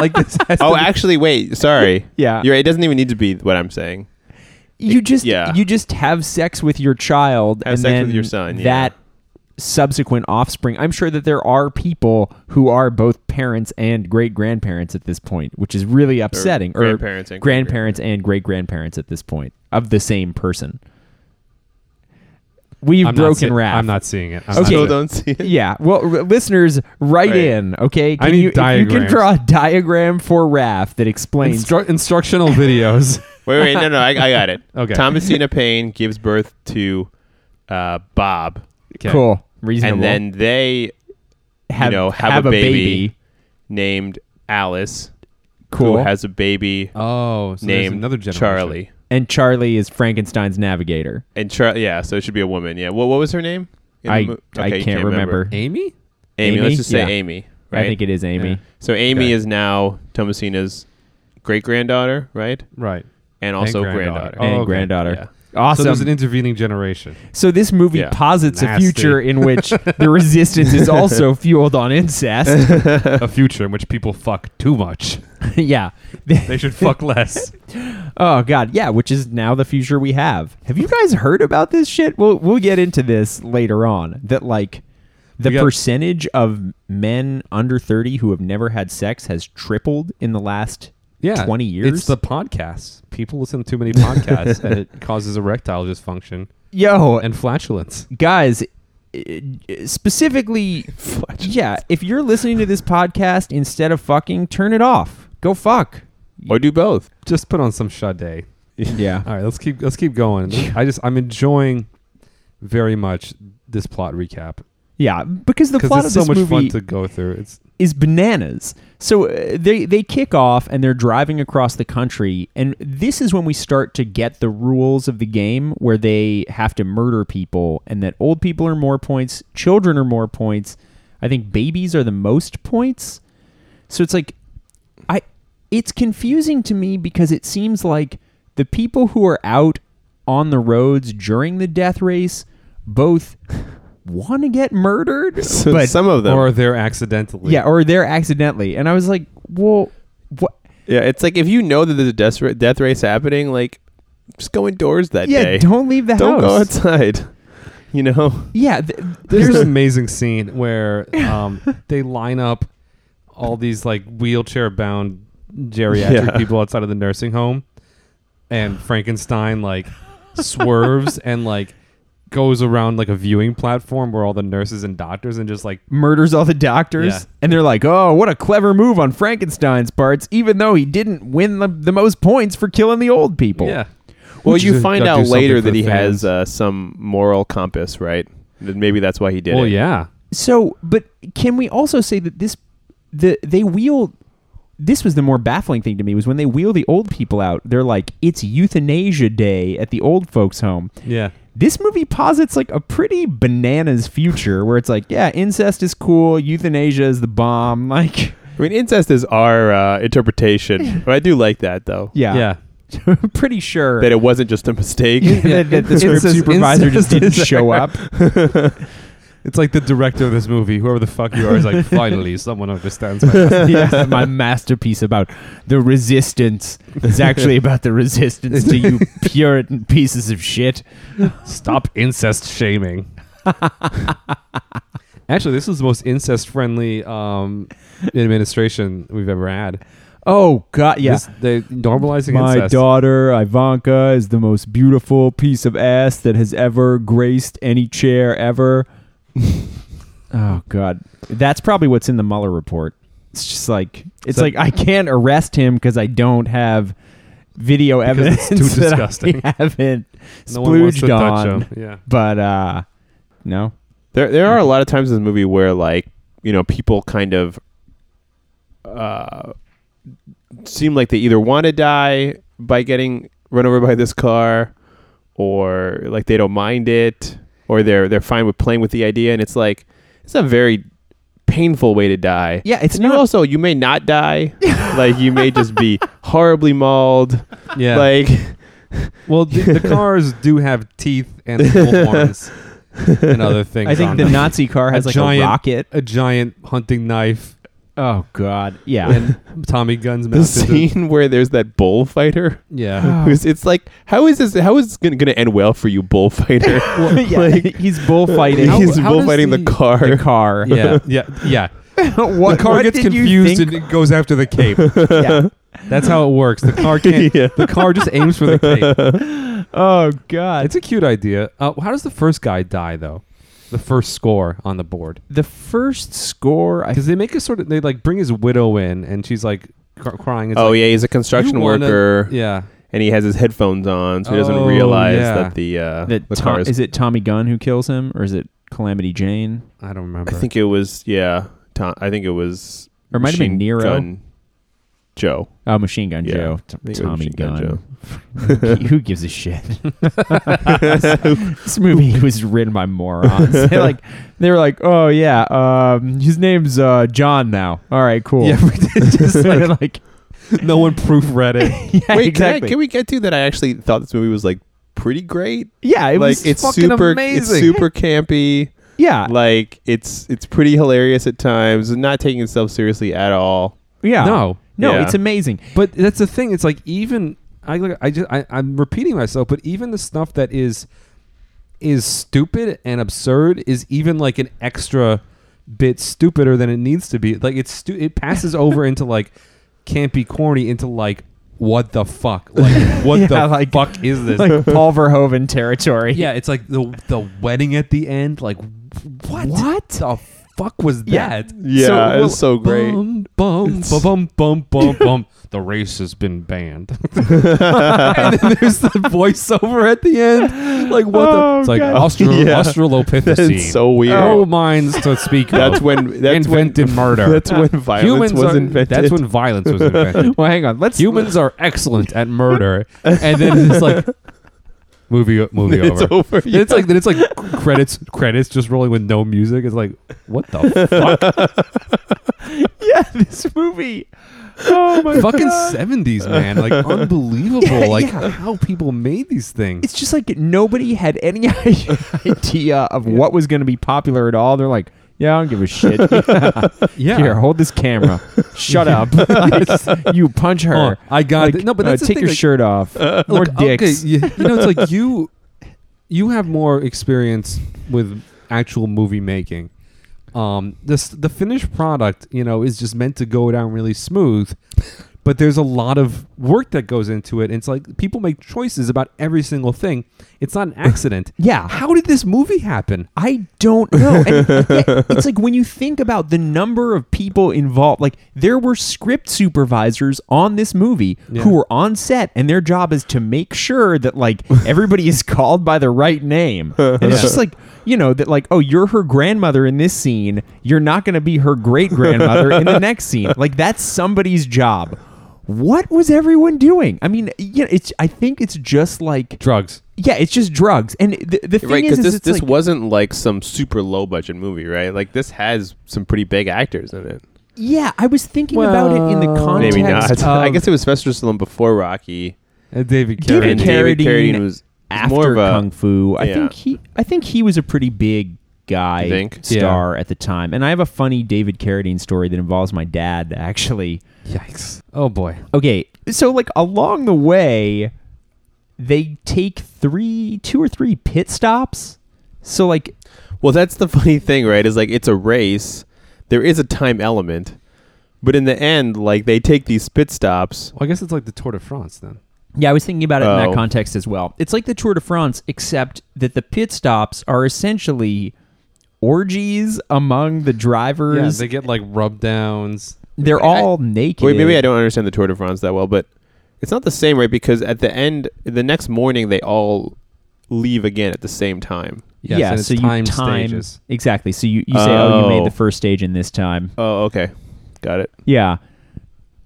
[SPEAKER 5] Like this. Has
[SPEAKER 7] Oh,
[SPEAKER 5] to be-
[SPEAKER 7] actually, wait. Sorry.
[SPEAKER 6] Yeah.
[SPEAKER 7] You're, right, it doesn't even need to be what I'm saying.
[SPEAKER 6] you just
[SPEAKER 7] yeah.
[SPEAKER 6] you just have sex with your child
[SPEAKER 7] Have
[SPEAKER 6] and
[SPEAKER 7] sex
[SPEAKER 6] then
[SPEAKER 7] with your son, yeah.
[SPEAKER 6] that subsequent offspring i'm sure that there are people who are both parents and great grandparents at this point which is really upsetting or,
[SPEAKER 7] grandparents and
[SPEAKER 6] grandparents and great grandparents at this point of the same person we've
[SPEAKER 5] I'm not
[SPEAKER 6] broken
[SPEAKER 5] see-
[SPEAKER 6] wrath
[SPEAKER 5] I'm not seeing it. I'm
[SPEAKER 6] Okay.
[SPEAKER 7] Still
[SPEAKER 5] not seeing it.
[SPEAKER 7] don't see it.
[SPEAKER 6] yeah well r- listeners write
[SPEAKER 7] Right.
[SPEAKER 6] in okay
[SPEAKER 5] I
[SPEAKER 6] Can
[SPEAKER 5] need
[SPEAKER 6] you, if you can
[SPEAKER 5] diagrams.
[SPEAKER 6] draw a diagram for wrath that explains
[SPEAKER 5] Instru- instructional
[SPEAKER 6] *laughs*
[SPEAKER 5] videos.
[SPEAKER 7] Wait, wait. No, no. I, I got it.
[SPEAKER 5] Okay.
[SPEAKER 7] Thomasina Payne gives birth to uh, Bob,
[SPEAKER 5] Okay.
[SPEAKER 6] cool
[SPEAKER 7] and
[SPEAKER 6] reasonable
[SPEAKER 7] then they
[SPEAKER 6] have,
[SPEAKER 7] know, have a baby. named Alice,
[SPEAKER 6] cool
[SPEAKER 7] who has a baby
[SPEAKER 5] Oh, so there's
[SPEAKER 7] named
[SPEAKER 5] another generation.
[SPEAKER 7] Charlie.
[SPEAKER 6] and Charlie is Frankenstein's navigator.
[SPEAKER 7] And Charlie, yeah, so it should be a woman. Yeah. What, what was her name? In the
[SPEAKER 6] I,
[SPEAKER 7] mo-
[SPEAKER 6] I
[SPEAKER 7] Okay, you
[SPEAKER 6] can't, remember.
[SPEAKER 5] Amy.
[SPEAKER 7] Amy,
[SPEAKER 6] Amy?
[SPEAKER 7] let's just say
[SPEAKER 6] Yeah.
[SPEAKER 7] Amy. Right?
[SPEAKER 6] I think it is Amy.
[SPEAKER 5] Yeah.
[SPEAKER 7] So Amy
[SPEAKER 5] Okay.
[SPEAKER 7] is now Thomasina's great granddaughter, right?
[SPEAKER 5] Right.
[SPEAKER 7] And also
[SPEAKER 5] granddaughter.
[SPEAKER 7] granddaughter.
[SPEAKER 5] Oh,
[SPEAKER 6] And
[SPEAKER 5] okay.
[SPEAKER 6] granddaughter.
[SPEAKER 5] So
[SPEAKER 6] Awesome.
[SPEAKER 5] there's
[SPEAKER 6] So,
[SPEAKER 5] an intervening generation.
[SPEAKER 6] this movie
[SPEAKER 7] Yeah.
[SPEAKER 6] posits a
[SPEAKER 5] Nasty.
[SPEAKER 6] future in
[SPEAKER 5] *laughs*
[SPEAKER 6] which the resistance is also fueled
[SPEAKER 5] *laughs*
[SPEAKER 6] on incest.
[SPEAKER 5] a future in which people fuck too much.
[SPEAKER 6] yeah.
[SPEAKER 5] They should fuck less.
[SPEAKER 6] *laughs* Oh god, yeah, which is now the future we have. Have you guys heard about this shit? We'll we'll get into this later on. That like the
[SPEAKER 5] We got-
[SPEAKER 6] percentage of men under 30 who have never had sex has tripled in the last 20 years.
[SPEAKER 5] It's the podcasts. People listen to too many podcasts and
[SPEAKER 6] *laughs*
[SPEAKER 5] it causes erectile dysfunction
[SPEAKER 6] Yo,
[SPEAKER 5] and flatulence.
[SPEAKER 6] guys i- i- specifically yeah if you're listening to this podcast instead of fucking turn it off go fuck
[SPEAKER 7] Or do both.
[SPEAKER 5] Just put on some Sade.
[SPEAKER 6] yeah *laughs*
[SPEAKER 5] All right, let's keep let's keep going. I just I'm enjoying very much this plot recap
[SPEAKER 6] yeah because the plot
[SPEAKER 5] because
[SPEAKER 6] of
[SPEAKER 5] it's so
[SPEAKER 6] this
[SPEAKER 5] much fun
[SPEAKER 6] movie
[SPEAKER 5] to go through.
[SPEAKER 6] *laughs*
[SPEAKER 5] It's
[SPEAKER 6] is bananas so uh, they they kick off and they're driving across the country and this is when we start to get the rules of the game where they have to murder people and that old people are more points children are more points i think babies are the most points So it's like I it's confusing to me because it seems like the people who are out on the roads during the death race both *laughs* want to get murdered
[SPEAKER 7] *laughs* So
[SPEAKER 6] but
[SPEAKER 7] some of them.
[SPEAKER 5] or they're accidentally.
[SPEAKER 6] Oh, yeah or they're accidentally and I was like, "Well, what
[SPEAKER 7] yeah, it's like if you know that there's a death, ra- death race happening, like just go indoors that
[SPEAKER 6] yeah,
[SPEAKER 7] day.
[SPEAKER 6] don't leave the
[SPEAKER 7] *laughs* Don't
[SPEAKER 6] house."
[SPEAKER 7] go outside. *laughs* You know?
[SPEAKER 6] Yeah, th-
[SPEAKER 5] There's
[SPEAKER 6] *laughs* there's
[SPEAKER 5] an amazing scene
[SPEAKER 6] *laughs*
[SPEAKER 5] where um, they line up all these like wheelchair bound geriatric
[SPEAKER 7] Yeah.
[SPEAKER 5] people outside of the nursing home, and Frankenstein like
[SPEAKER 6] *laughs*
[SPEAKER 5] swerves and like goes around like a viewing platform where all the nurses and doctors and just like
[SPEAKER 6] murders all the doctors
[SPEAKER 5] Yeah.
[SPEAKER 6] and they're like, "Oh, what a clever move on Frankenstein's parts even though he didn't win the, the most points for killing the old people."
[SPEAKER 5] yeah.
[SPEAKER 7] Well,
[SPEAKER 5] Which
[SPEAKER 7] you
[SPEAKER 5] is-
[SPEAKER 7] find
[SPEAKER 5] that'd
[SPEAKER 7] out
[SPEAKER 5] do something
[SPEAKER 7] later
[SPEAKER 5] for
[SPEAKER 7] that
[SPEAKER 5] the
[SPEAKER 7] he
[SPEAKER 5] fans.
[SPEAKER 7] has uh, some moral compass, right? That Maybe that's why he did
[SPEAKER 5] Well,
[SPEAKER 7] it.
[SPEAKER 5] yeah.
[SPEAKER 6] So, but can we also say that this the they wheel this was the more baffling thing to me was when they wheel the old people out. They're like it's euthanasia day at the old folks home.
[SPEAKER 5] Yeah.
[SPEAKER 6] This movie posits like a pretty bananas future where it's like, yeah, incest is cool, euthanasia is the bomb, *laughs* like
[SPEAKER 7] I mean, incest is our uh, interpretation.
[SPEAKER 5] *laughs*
[SPEAKER 7] but I do like that, though.
[SPEAKER 6] yeah.
[SPEAKER 5] Yeah.
[SPEAKER 6] *laughs* pretty sure
[SPEAKER 7] That it wasn't just a mistake. *laughs*
[SPEAKER 6] that, that the script
[SPEAKER 5] Incest-
[SPEAKER 6] supervisor
[SPEAKER 5] incest
[SPEAKER 6] just didn't
[SPEAKER 5] is-
[SPEAKER 6] show *laughs* up.
[SPEAKER 5] *laughs* It's like the director of this movie, whoever the fuck you are, is like, finally, someone understands. My *laughs*
[SPEAKER 6] yeah, my masterpiece about the resistance is actually about the resistance to *laughs* you Puritan pieces of shit.
[SPEAKER 5] Stop incest shaming. Actually, this is the most incest friendly um, administration we've ever had.
[SPEAKER 6] Oh God,
[SPEAKER 5] This-
[SPEAKER 6] yes.
[SPEAKER 5] they normalizing
[SPEAKER 6] my
[SPEAKER 5] incest.
[SPEAKER 6] daughter Ivanka is the most beautiful piece of ass that has ever graced any chair
[SPEAKER 5] *laughs*
[SPEAKER 6] ever. oh God, that's probably what's in the Mueller report. It's just like it's
[SPEAKER 5] So-
[SPEAKER 6] like I can't arrest him because I don't have video evidence
[SPEAKER 5] it's too
[SPEAKER 6] *laughs* that I
[SPEAKER 5] disgusting.
[SPEAKER 6] haven't
[SPEAKER 5] *laughs* No one wants to
[SPEAKER 6] splooged
[SPEAKER 5] touch
[SPEAKER 6] on.
[SPEAKER 5] him. Yeah.
[SPEAKER 6] But uh, no,
[SPEAKER 7] There, there are a lot of times in this movie where, like, you know, people kind of uh, seem like they either want to die by getting run over by this car, or like they don't mind it or they're they're fine with playing with the idea and it's like it's a very painful way to die.
[SPEAKER 6] Yeah, it's
[SPEAKER 7] And you
[SPEAKER 6] not-
[SPEAKER 7] also you may not die. like you may just be horribly mauled.
[SPEAKER 5] Yeah.
[SPEAKER 7] Like
[SPEAKER 5] well, the, the cars do have teeth and little horns and other things.
[SPEAKER 6] I think
[SPEAKER 5] on
[SPEAKER 6] the
[SPEAKER 5] them.
[SPEAKER 6] Nazi car has
[SPEAKER 5] A
[SPEAKER 6] like
[SPEAKER 5] giant-
[SPEAKER 6] a rocket.
[SPEAKER 5] a giant hunting knife
[SPEAKER 6] Oh God, yeah.
[SPEAKER 5] and Tommy guns
[SPEAKER 7] the
[SPEAKER 5] mounted. to-
[SPEAKER 7] scene *laughs* where there's that bullfighter.
[SPEAKER 5] Yeah.
[SPEAKER 7] It's, it's like how is this how is this gonna, gonna end well for you bullfighter?
[SPEAKER 6] *laughs* Yeah, he's
[SPEAKER 5] *laughs*
[SPEAKER 6] bullfighting.
[SPEAKER 7] *laughs*
[SPEAKER 5] How-
[SPEAKER 7] He's
[SPEAKER 5] how does
[SPEAKER 7] bullfighting *laughs* the,
[SPEAKER 5] the-
[SPEAKER 7] car.
[SPEAKER 6] the car.
[SPEAKER 5] *laughs* Yeah. Yeah. Yeah.
[SPEAKER 6] what,
[SPEAKER 5] The car gets confused and it goes after the cape.
[SPEAKER 6] Yeah.
[SPEAKER 5] That's how it works. The car can't.
[SPEAKER 7] Yeah.
[SPEAKER 5] The car just aims for the cape.
[SPEAKER 6] oh God,
[SPEAKER 5] It's a cute idea. Uh, how does the first guy die though? The first score on the board
[SPEAKER 6] the first score. I
[SPEAKER 5] because they make a sort of they like bring his widow in and she's like cr- crying. It's
[SPEAKER 7] Oh
[SPEAKER 5] like,
[SPEAKER 7] yeah, he's a
[SPEAKER 5] "You
[SPEAKER 7] construction
[SPEAKER 5] wanna-"
[SPEAKER 7] worker.
[SPEAKER 5] Yeah.
[SPEAKER 7] and he has his headphones on, so he doesn't
[SPEAKER 5] Oh,
[SPEAKER 7] realize
[SPEAKER 5] yeah.
[SPEAKER 7] that the uh,
[SPEAKER 6] that
[SPEAKER 7] the
[SPEAKER 6] Tom,
[SPEAKER 7] car is.
[SPEAKER 6] is, it Tommy Gunn who kills him, or is it Calamity Jane,
[SPEAKER 5] I don't remember.
[SPEAKER 7] I think it was yeah. Tom, I think it was
[SPEAKER 6] or it might have been
[SPEAKER 7] Machine
[SPEAKER 6] Nero?
[SPEAKER 7] Gun Joe.
[SPEAKER 6] Oh, Machine Gun
[SPEAKER 7] Yeah.
[SPEAKER 6] Joe,
[SPEAKER 7] I think it was
[SPEAKER 6] Tommy
[SPEAKER 7] Machine Gun
[SPEAKER 6] Gun. *laughs* who gives
[SPEAKER 7] *laughs*
[SPEAKER 6] a shit? this movie was written by morons. *laughs* They're like, they were like, oh yeah, um, his name's uh, John now. All right, cool.
[SPEAKER 5] Yeah, we did
[SPEAKER 6] *laughs* just like, like
[SPEAKER 5] no one proofread it.
[SPEAKER 6] *laughs* yeah,
[SPEAKER 7] Wait,
[SPEAKER 6] exactly.
[SPEAKER 7] can, I, can we get to that? I actually thought this movie was like pretty great.
[SPEAKER 6] yeah, it
[SPEAKER 7] like
[SPEAKER 6] was
[SPEAKER 7] it's
[SPEAKER 6] fucking
[SPEAKER 7] super,
[SPEAKER 6] amazing.
[SPEAKER 7] it's super campy.
[SPEAKER 6] yeah,
[SPEAKER 7] Like it's it's pretty hilarious at times, not taking itself seriously at all.
[SPEAKER 6] yeah.
[SPEAKER 5] No.
[SPEAKER 6] no,
[SPEAKER 7] Yeah.
[SPEAKER 6] it's amazing.
[SPEAKER 5] But that's the thing. It's like even I look. I just I, I'm repeating myself, but even the stuff that is is stupid and absurd is even like an extra bit stupider than it needs to be. Like it's stu- it
[SPEAKER 6] *laughs*
[SPEAKER 5] passes over into like can't be corny into like what the fuck
[SPEAKER 6] *laughs*
[SPEAKER 5] like what
[SPEAKER 6] Yeah,
[SPEAKER 5] the
[SPEAKER 6] like-
[SPEAKER 5] fuck is this?
[SPEAKER 6] Like Paul Verhoeven
[SPEAKER 5] *laughs*
[SPEAKER 6] territory.
[SPEAKER 5] yeah, it's like the the wedding at the end. Like what? What the fuck was
[SPEAKER 6] Yeah.
[SPEAKER 5] that?
[SPEAKER 7] Yeah,
[SPEAKER 6] So,
[SPEAKER 7] it
[SPEAKER 6] well,
[SPEAKER 7] was so great.
[SPEAKER 5] Bum, bum, bum, bum, bum, bum, bum. The race has been banned. *laughs* and then there's the voiceover at the end. Like, what the?
[SPEAKER 6] Oh,
[SPEAKER 5] It's like
[SPEAKER 6] God.
[SPEAKER 7] *laughs*
[SPEAKER 5] Austral-
[SPEAKER 7] Yeah.
[SPEAKER 5] Australopithecine.
[SPEAKER 7] That's so weird.
[SPEAKER 5] No minds to speak
[SPEAKER 7] That's
[SPEAKER 5] of.
[SPEAKER 7] when that's
[SPEAKER 5] invented
[SPEAKER 7] when,
[SPEAKER 5] murder.
[SPEAKER 7] That's when violence
[SPEAKER 5] Humans
[SPEAKER 7] was
[SPEAKER 5] are-
[SPEAKER 7] invented.
[SPEAKER 5] That's when violence was invented.
[SPEAKER 6] Well, hang on. Let's
[SPEAKER 5] Humans are excellent at murder. *laughs* And then it's like, movie, movie
[SPEAKER 7] *laughs* *laughs* it's
[SPEAKER 5] over.
[SPEAKER 7] over.
[SPEAKER 5] Then it's like then it's like credits credits just rolling with no music. It's like what the
[SPEAKER 6] yeah, *laughs* this movie. *laughs* Oh my
[SPEAKER 5] fucking
[SPEAKER 6] god. *laughs*
[SPEAKER 5] seventies, man! Like unbelievable,
[SPEAKER 6] Yeah,
[SPEAKER 5] like
[SPEAKER 6] yeah.
[SPEAKER 5] how people made these things.
[SPEAKER 6] It's just like nobody had any *laughs* idea of what was going to be popular at all. They're like, yeah, I don't give a *laughs* shit.
[SPEAKER 5] yeah,
[SPEAKER 6] Here, hold this camera. Shut up.
[SPEAKER 5] *laughs*
[SPEAKER 6] *laughs* Like, you punch her.
[SPEAKER 5] Oh, I got
[SPEAKER 6] Like,
[SPEAKER 5] it. No, but
[SPEAKER 6] uh,
[SPEAKER 5] that's the
[SPEAKER 6] take
[SPEAKER 5] thing,
[SPEAKER 6] your
[SPEAKER 5] like-
[SPEAKER 6] shirt off. More
[SPEAKER 5] Look,
[SPEAKER 6] dicks.
[SPEAKER 5] Uh, Okay, you, you know, it's like you you have more experience with actual movie making. Um, this the finished product, you know, is just meant to go down really smooth, but there's a lot of work that goes into it. And it's like people make choices about every single thing. It's not an accident.
[SPEAKER 6] *laughs* *laughs* Yeah.
[SPEAKER 5] How did this movie happen?
[SPEAKER 6] I don't know. And yet, it's like when you think about the number of people involved, like there were script supervisors on this movie who were on set, and their job is to make sure that like everybody is *laughs* called by the right name. And
[SPEAKER 7] *laughs*
[SPEAKER 6] it's just like, you know, that like, oh, you're her grandmother in this scene, you're not going to be her great grandmother in the
[SPEAKER 7] *laughs*
[SPEAKER 6] next scene. Like, that's somebody's job. What was everyone doing? I mean, yeah, it's. I think it's just like,
[SPEAKER 5] Drugs.
[SPEAKER 6] yeah, it's just drugs. And the, the thing
[SPEAKER 7] right because
[SPEAKER 6] is, is
[SPEAKER 7] this
[SPEAKER 6] it's
[SPEAKER 7] this
[SPEAKER 6] like,
[SPEAKER 7] wasn't like some super low budget movie right like this has some pretty big actors in it
[SPEAKER 6] Yeah, I was thinking about it in the
[SPEAKER 5] Well,
[SPEAKER 6] context.
[SPEAKER 7] maybe not
[SPEAKER 6] Of,
[SPEAKER 7] *laughs* i guess it was sylvester stallone before rocky
[SPEAKER 5] Uh, David Carradine.
[SPEAKER 6] David
[SPEAKER 7] and david
[SPEAKER 6] Carradine
[SPEAKER 7] carradine was was
[SPEAKER 6] after
[SPEAKER 7] more of a
[SPEAKER 6] Kung Fu. I
[SPEAKER 7] yeah.
[SPEAKER 6] think he. I think he was a pretty big guy
[SPEAKER 7] You think?
[SPEAKER 6] star at the time. And I have a funny David Carradine story that involves my dad actually.
[SPEAKER 5] Yikes. Oh boy.
[SPEAKER 6] Okay, so like along the way, they take three, two or three pit stops. So like,
[SPEAKER 7] well that's the *laughs* funny thing right is like it's a race there is a time element but in the end like they take these pit stops
[SPEAKER 5] Well, I guess it's like the Tour de France then.
[SPEAKER 6] Yeah, I was thinking about it in
[SPEAKER 7] Oh.
[SPEAKER 6] that context as well. It's like the Tour de France, except that the pit stops are essentially orgies among the
[SPEAKER 5] Yeah,
[SPEAKER 6] drivers.
[SPEAKER 5] they get like rub downs.
[SPEAKER 6] they, are all naked.
[SPEAKER 7] Wait, maybe I don't understand the Tour de France that well, but it's not the same, right? Because at the end, the next morning, they all leave again at the same time.
[SPEAKER 5] Yes,
[SPEAKER 6] yeah,
[SPEAKER 5] and it's
[SPEAKER 6] so
[SPEAKER 5] time
[SPEAKER 6] you time
[SPEAKER 5] stages.
[SPEAKER 6] exactly. So you, you say, oh. you
[SPEAKER 7] Oh.
[SPEAKER 6] made the first stage in this time."
[SPEAKER 7] Oh, okay, got it.
[SPEAKER 6] Yeah.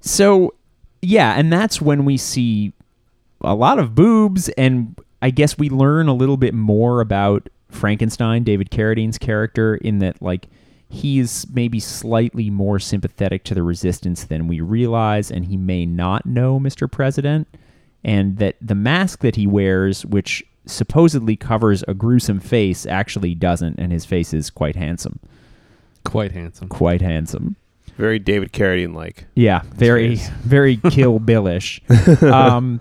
[SPEAKER 6] So, yeah, and that's when we see a lot of boobs and I guess we learn a little bit more about Frankenstein, David Carradine's character, in that like he's maybe slightly more sympathetic to the resistance than we realize, and he may not know Mr. President, and that the mask that he wears, which supposedly covers a gruesome face, actually doesn't, and his face is quite handsome.
[SPEAKER 5] Quite handsome.
[SPEAKER 6] Quite handsome.
[SPEAKER 7] Very David Carradine like.
[SPEAKER 6] Yeah, very,
[SPEAKER 7] Jeez.
[SPEAKER 6] *laughs* very Kill *laughs* Billish. um,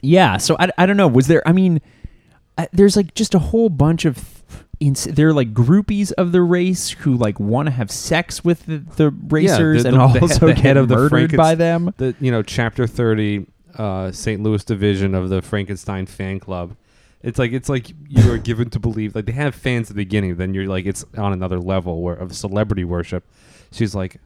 [SPEAKER 6] yeah, so I, I don't know. Was there? I mean, I, there's like just a whole bunch of. Ins- they're like groupies of the race who like want to have sex with the, the racers
[SPEAKER 5] the-
[SPEAKER 6] and
[SPEAKER 5] the-
[SPEAKER 6] *laughs*
[SPEAKER 5] the he-
[SPEAKER 6] also
[SPEAKER 5] the
[SPEAKER 6] get
[SPEAKER 5] head of the
[SPEAKER 6] murdered by
[SPEAKER 5] Frankenst-
[SPEAKER 6] them.
[SPEAKER 5] The you know chapter thirty, uh, St. Louis division of the Frankenstein fan club. It's like it's like you are given to believe like they have fans at the beginning. Then you're like it's on another level where of celebrity worship. She's like,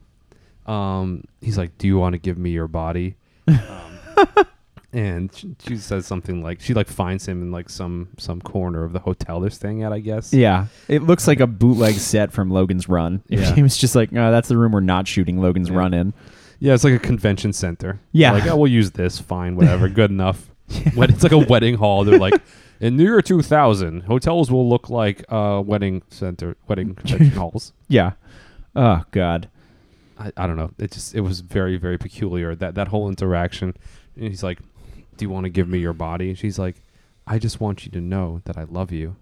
[SPEAKER 5] um, he's like, do you want to give me your body? Um, *laughs* and she, she says something like she like finds him in like some some corner of the hotel they're staying at, I guess.
[SPEAKER 6] Yeah, it looks like a bootleg set from Logan's Run. *laughs*
[SPEAKER 5] Yeah.
[SPEAKER 6] He was just like, oh, that's the room we're not shooting Logan's
[SPEAKER 5] Yeah.
[SPEAKER 6] Run in.
[SPEAKER 5] Yeah, it's like a convention center.
[SPEAKER 6] Yeah.
[SPEAKER 5] Like, oh, we'll use this.
[SPEAKER 7] *laughs*
[SPEAKER 5] Fine, whatever. Good enough. Wed- It's like a wedding hall. They're like, in the year 2000, hotels will look like uh, wedding center, wedding convention
[SPEAKER 7] *laughs*
[SPEAKER 5] halls.
[SPEAKER 6] Yeah. Oh God.
[SPEAKER 5] I, I don't know. It just, it was very, very peculiar. That, that whole interaction. And he's like, do you want to give me your body? And she's like, I just want you to know that I love you.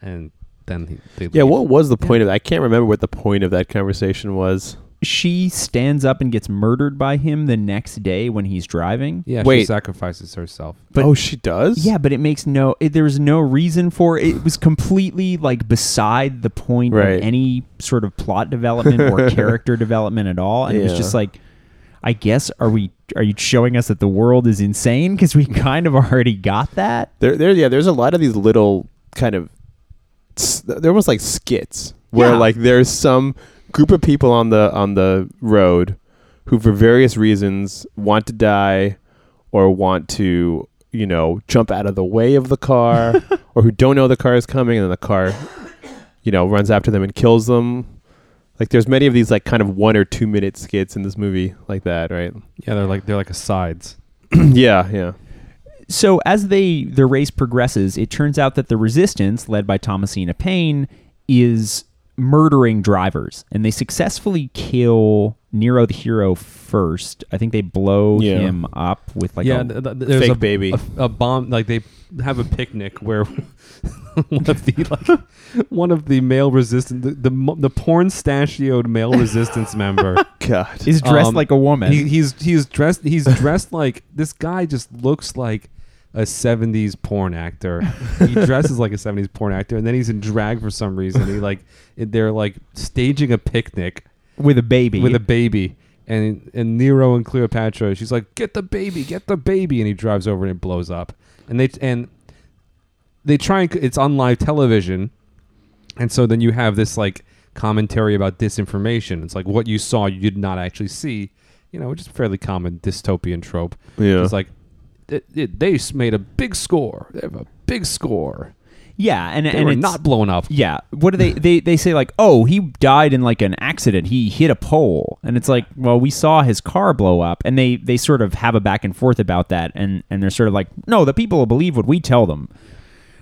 [SPEAKER 5] And then he, they
[SPEAKER 7] Yeah,
[SPEAKER 5] leave.
[SPEAKER 7] what was the point of that? I can't remember what the point of that conversation was.
[SPEAKER 6] She stands up and gets murdered by him the next day when he's driving.
[SPEAKER 5] Yeah, she
[SPEAKER 7] Wait.
[SPEAKER 5] sacrifices herself.
[SPEAKER 6] But-
[SPEAKER 7] oh, she does?
[SPEAKER 6] Yeah, but it makes no. It, there was no reason for it. It was completely like beside the point
[SPEAKER 7] Right.
[SPEAKER 6] of any sort of plot
[SPEAKER 7] *laughs*
[SPEAKER 6] development or character development at all. And it was
[SPEAKER 7] Yeah.
[SPEAKER 6] just like, I guess are we? Are you showing us that the world is insane?
[SPEAKER 7] *laughs*
[SPEAKER 6] Because we kind of already got that.
[SPEAKER 7] There, there, yeah. There's a lot of these little kind of s- they're almost like skits where
[SPEAKER 6] Yeah.
[SPEAKER 7] like there's some group of people on the on the road who, for various reasons, want to die or want to you know jump out of the way of the car or who don't know the car is coming and then the car you know runs after them and kills them. Like there's many of these like kind of one or two minute skits in this movie like that, right? *clears throat*
[SPEAKER 5] Yeah, they're like, they're like asides.
[SPEAKER 7] yeah, yeah.
[SPEAKER 6] So as they the race progresses, it turns out that the resistance, led by Thomasina Payne, is murdering drivers, and they successfully kill Nero the hero first. I think they blow
[SPEAKER 7] Yeah.
[SPEAKER 6] him up with like
[SPEAKER 5] yeah,
[SPEAKER 6] a,
[SPEAKER 5] th- th- there's
[SPEAKER 7] Fake
[SPEAKER 5] a
[SPEAKER 7] baby.
[SPEAKER 5] a, a bomb. Like they have a picnic where *laughs* one of the like *laughs* one of the male resistance, the the, mo- the porn stashioed male resistance member.
[SPEAKER 7] God.
[SPEAKER 6] is *laughs* dressed
[SPEAKER 5] um,
[SPEAKER 6] like a woman.
[SPEAKER 5] He, he's he's dressed he's dressed like this guy just looks like a 70s porn actor.
[SPEAKER 6] *laughs*
[SPEAKER 5] He dresses like a 70s porn actor and then he's in drag for some reason. He like they're like staging a picnic
[SPEAKER 6] with a baby.
[SPEAKER 5] with a baby. And and Nero and Cleopatra, she's like, "Get the baby, get the baby," and he drives over and it blows up. And they and they try and it's on live television, and so then you have this like commentary about disinformation. It's like what you saw you did not actually see, you know, which is a fairly common dystopian trope.
[SPEAKER 7] Yeah.
[SPEAKER 5] it's like it, it, they s- made a big score. They have a big score.
[SPEAKER 6] yeah, and
[SPEAKER 5] They
[SPEAKER 6] and
[SPEAKER 5] were
[SPEAKER 6] it's,
[SPEAKER 5] not blown up.
[SPEAKER 6] Yeah, what do they they they say like, "Oh, he died in like an accident. He hit a pole." And it's like, "Well, we saw his car blow up." And they they sort of have a back and forth about that and and they're sort of like, "No, the people will believe what we tell them."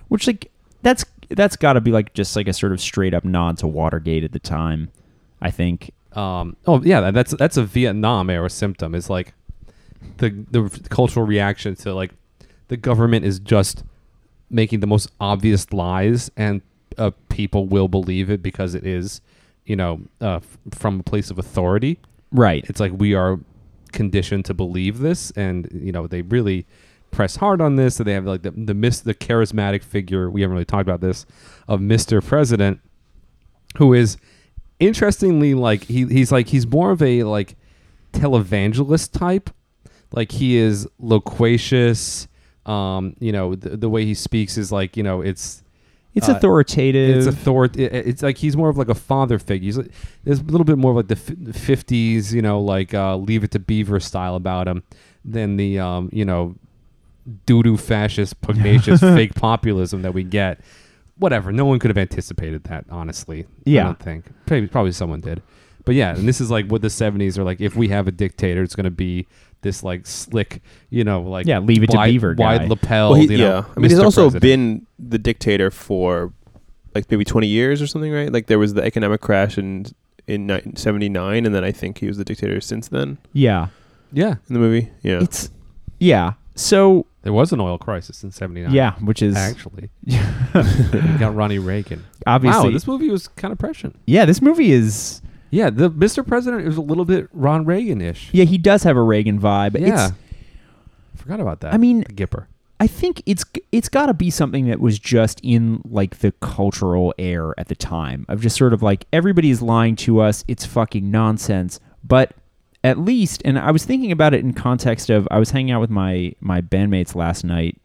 [SPEAKER 6] Which like that's that's got to be like just like a sort of straight up nod to Watergate at the time, I think.
[SPEAKER 5] um, oh yeah, that- that's that's a Vietnam era symptom. It's like the the cultural reaction to like the government is just making the most obvious lies, and uh, people will believe it because it is, you know, uh, f- from a place of authority.
[SPEAKER 6] Right.
[SPEAKER 5] It's like we are conditioned to believe this, and you know they really press hard on this. So they have like the the mis- the charismatic figure we haven't really talked about this of Mr. President, who is interestingly like he he's like he's more of a like televangelist type. Like he is loquacious. Um, you know the, the way he speaks is like you know it's
[SPEAKER 6] it's
[SPEAKER 5] uh,
[SPEAKER 6] authoritative.
[SPEAKER 5] it's authority. It's like he's more of like a father figure. He's like, there's a little bit more of like the fifties, you know, like uh, Leave It to Beaver style about him than the um, you know, doo doo
[SPEAKER 6] *laughs*
[SPEAKER 5] fascist, pugnacious, fake populism that we get. Whatever. No one could have anticipated that, honestly.
[SPEAKER 6] Yeah.
[SPEAKER 5] I don't think. Probably, probably someone did. But yeah, and this is like what the seventies are like. If we have a dictator, it's going to be this like slick, you know, like
[SPEAKER 6] Yeah, Leave It to
[SPEAKER 5] wide,
[SPEAKER 6] Beaver guy.
[SPEAKER 5] wide lapel.
[SPEAKER 7] Well, he-
[SPEAKER 5] you know,
[SPEAKER 7] yeah. I mean, he's
[SPEAKER 5] Mr.
[SPEAKER 7] also
[SPEAKER 5] President.
[SPEAKER 7] been the dictator for like maybe 20 years or something, right? Like there was the economic crash in in ni- 79 and then I think he was the dictator since then
[SPEAKER 6] yeah.
[SPEAKER 5] yeah.
[SPEAKER 7] in the movie. Yeah.
[SPEAKER 6] It's yeah. So
[SPEAKER 5] There was an oil crisis in '79.
[SPEAKER 6] yeah, which
[SPEAKER 5] *laughs*
[SPEAKER 6] is
[SPEAKER 5] actually, we got Ronnie Reagan.
[SPEAKER 6] obviously
[SPEAKER 5] Wow, this movie was kind of prescient.
[SPEAKER 6] yeah. This movie is
[SPEAKER 5] Yeah, the Mr. President is a little bit Ron Reagan-ish.
[SPEAKER 6] yeah. He does have a Reagan vibe.
[SPEAKER 5] yeah.
[SPEAKER 6] It's,
[SPEAKER 5] Forgot about that.
[SPEAKER 6] I mean-
[SPEAKER 5] the Gipper.
[SPEAKER 6] I think it's it's got to be something that was just in like the cultural air at the time of just sort of like everybody's lying to us. It's fucking nonsense. But at least, and I was thinking about it in context of I was hanging out with my my bandmates last night,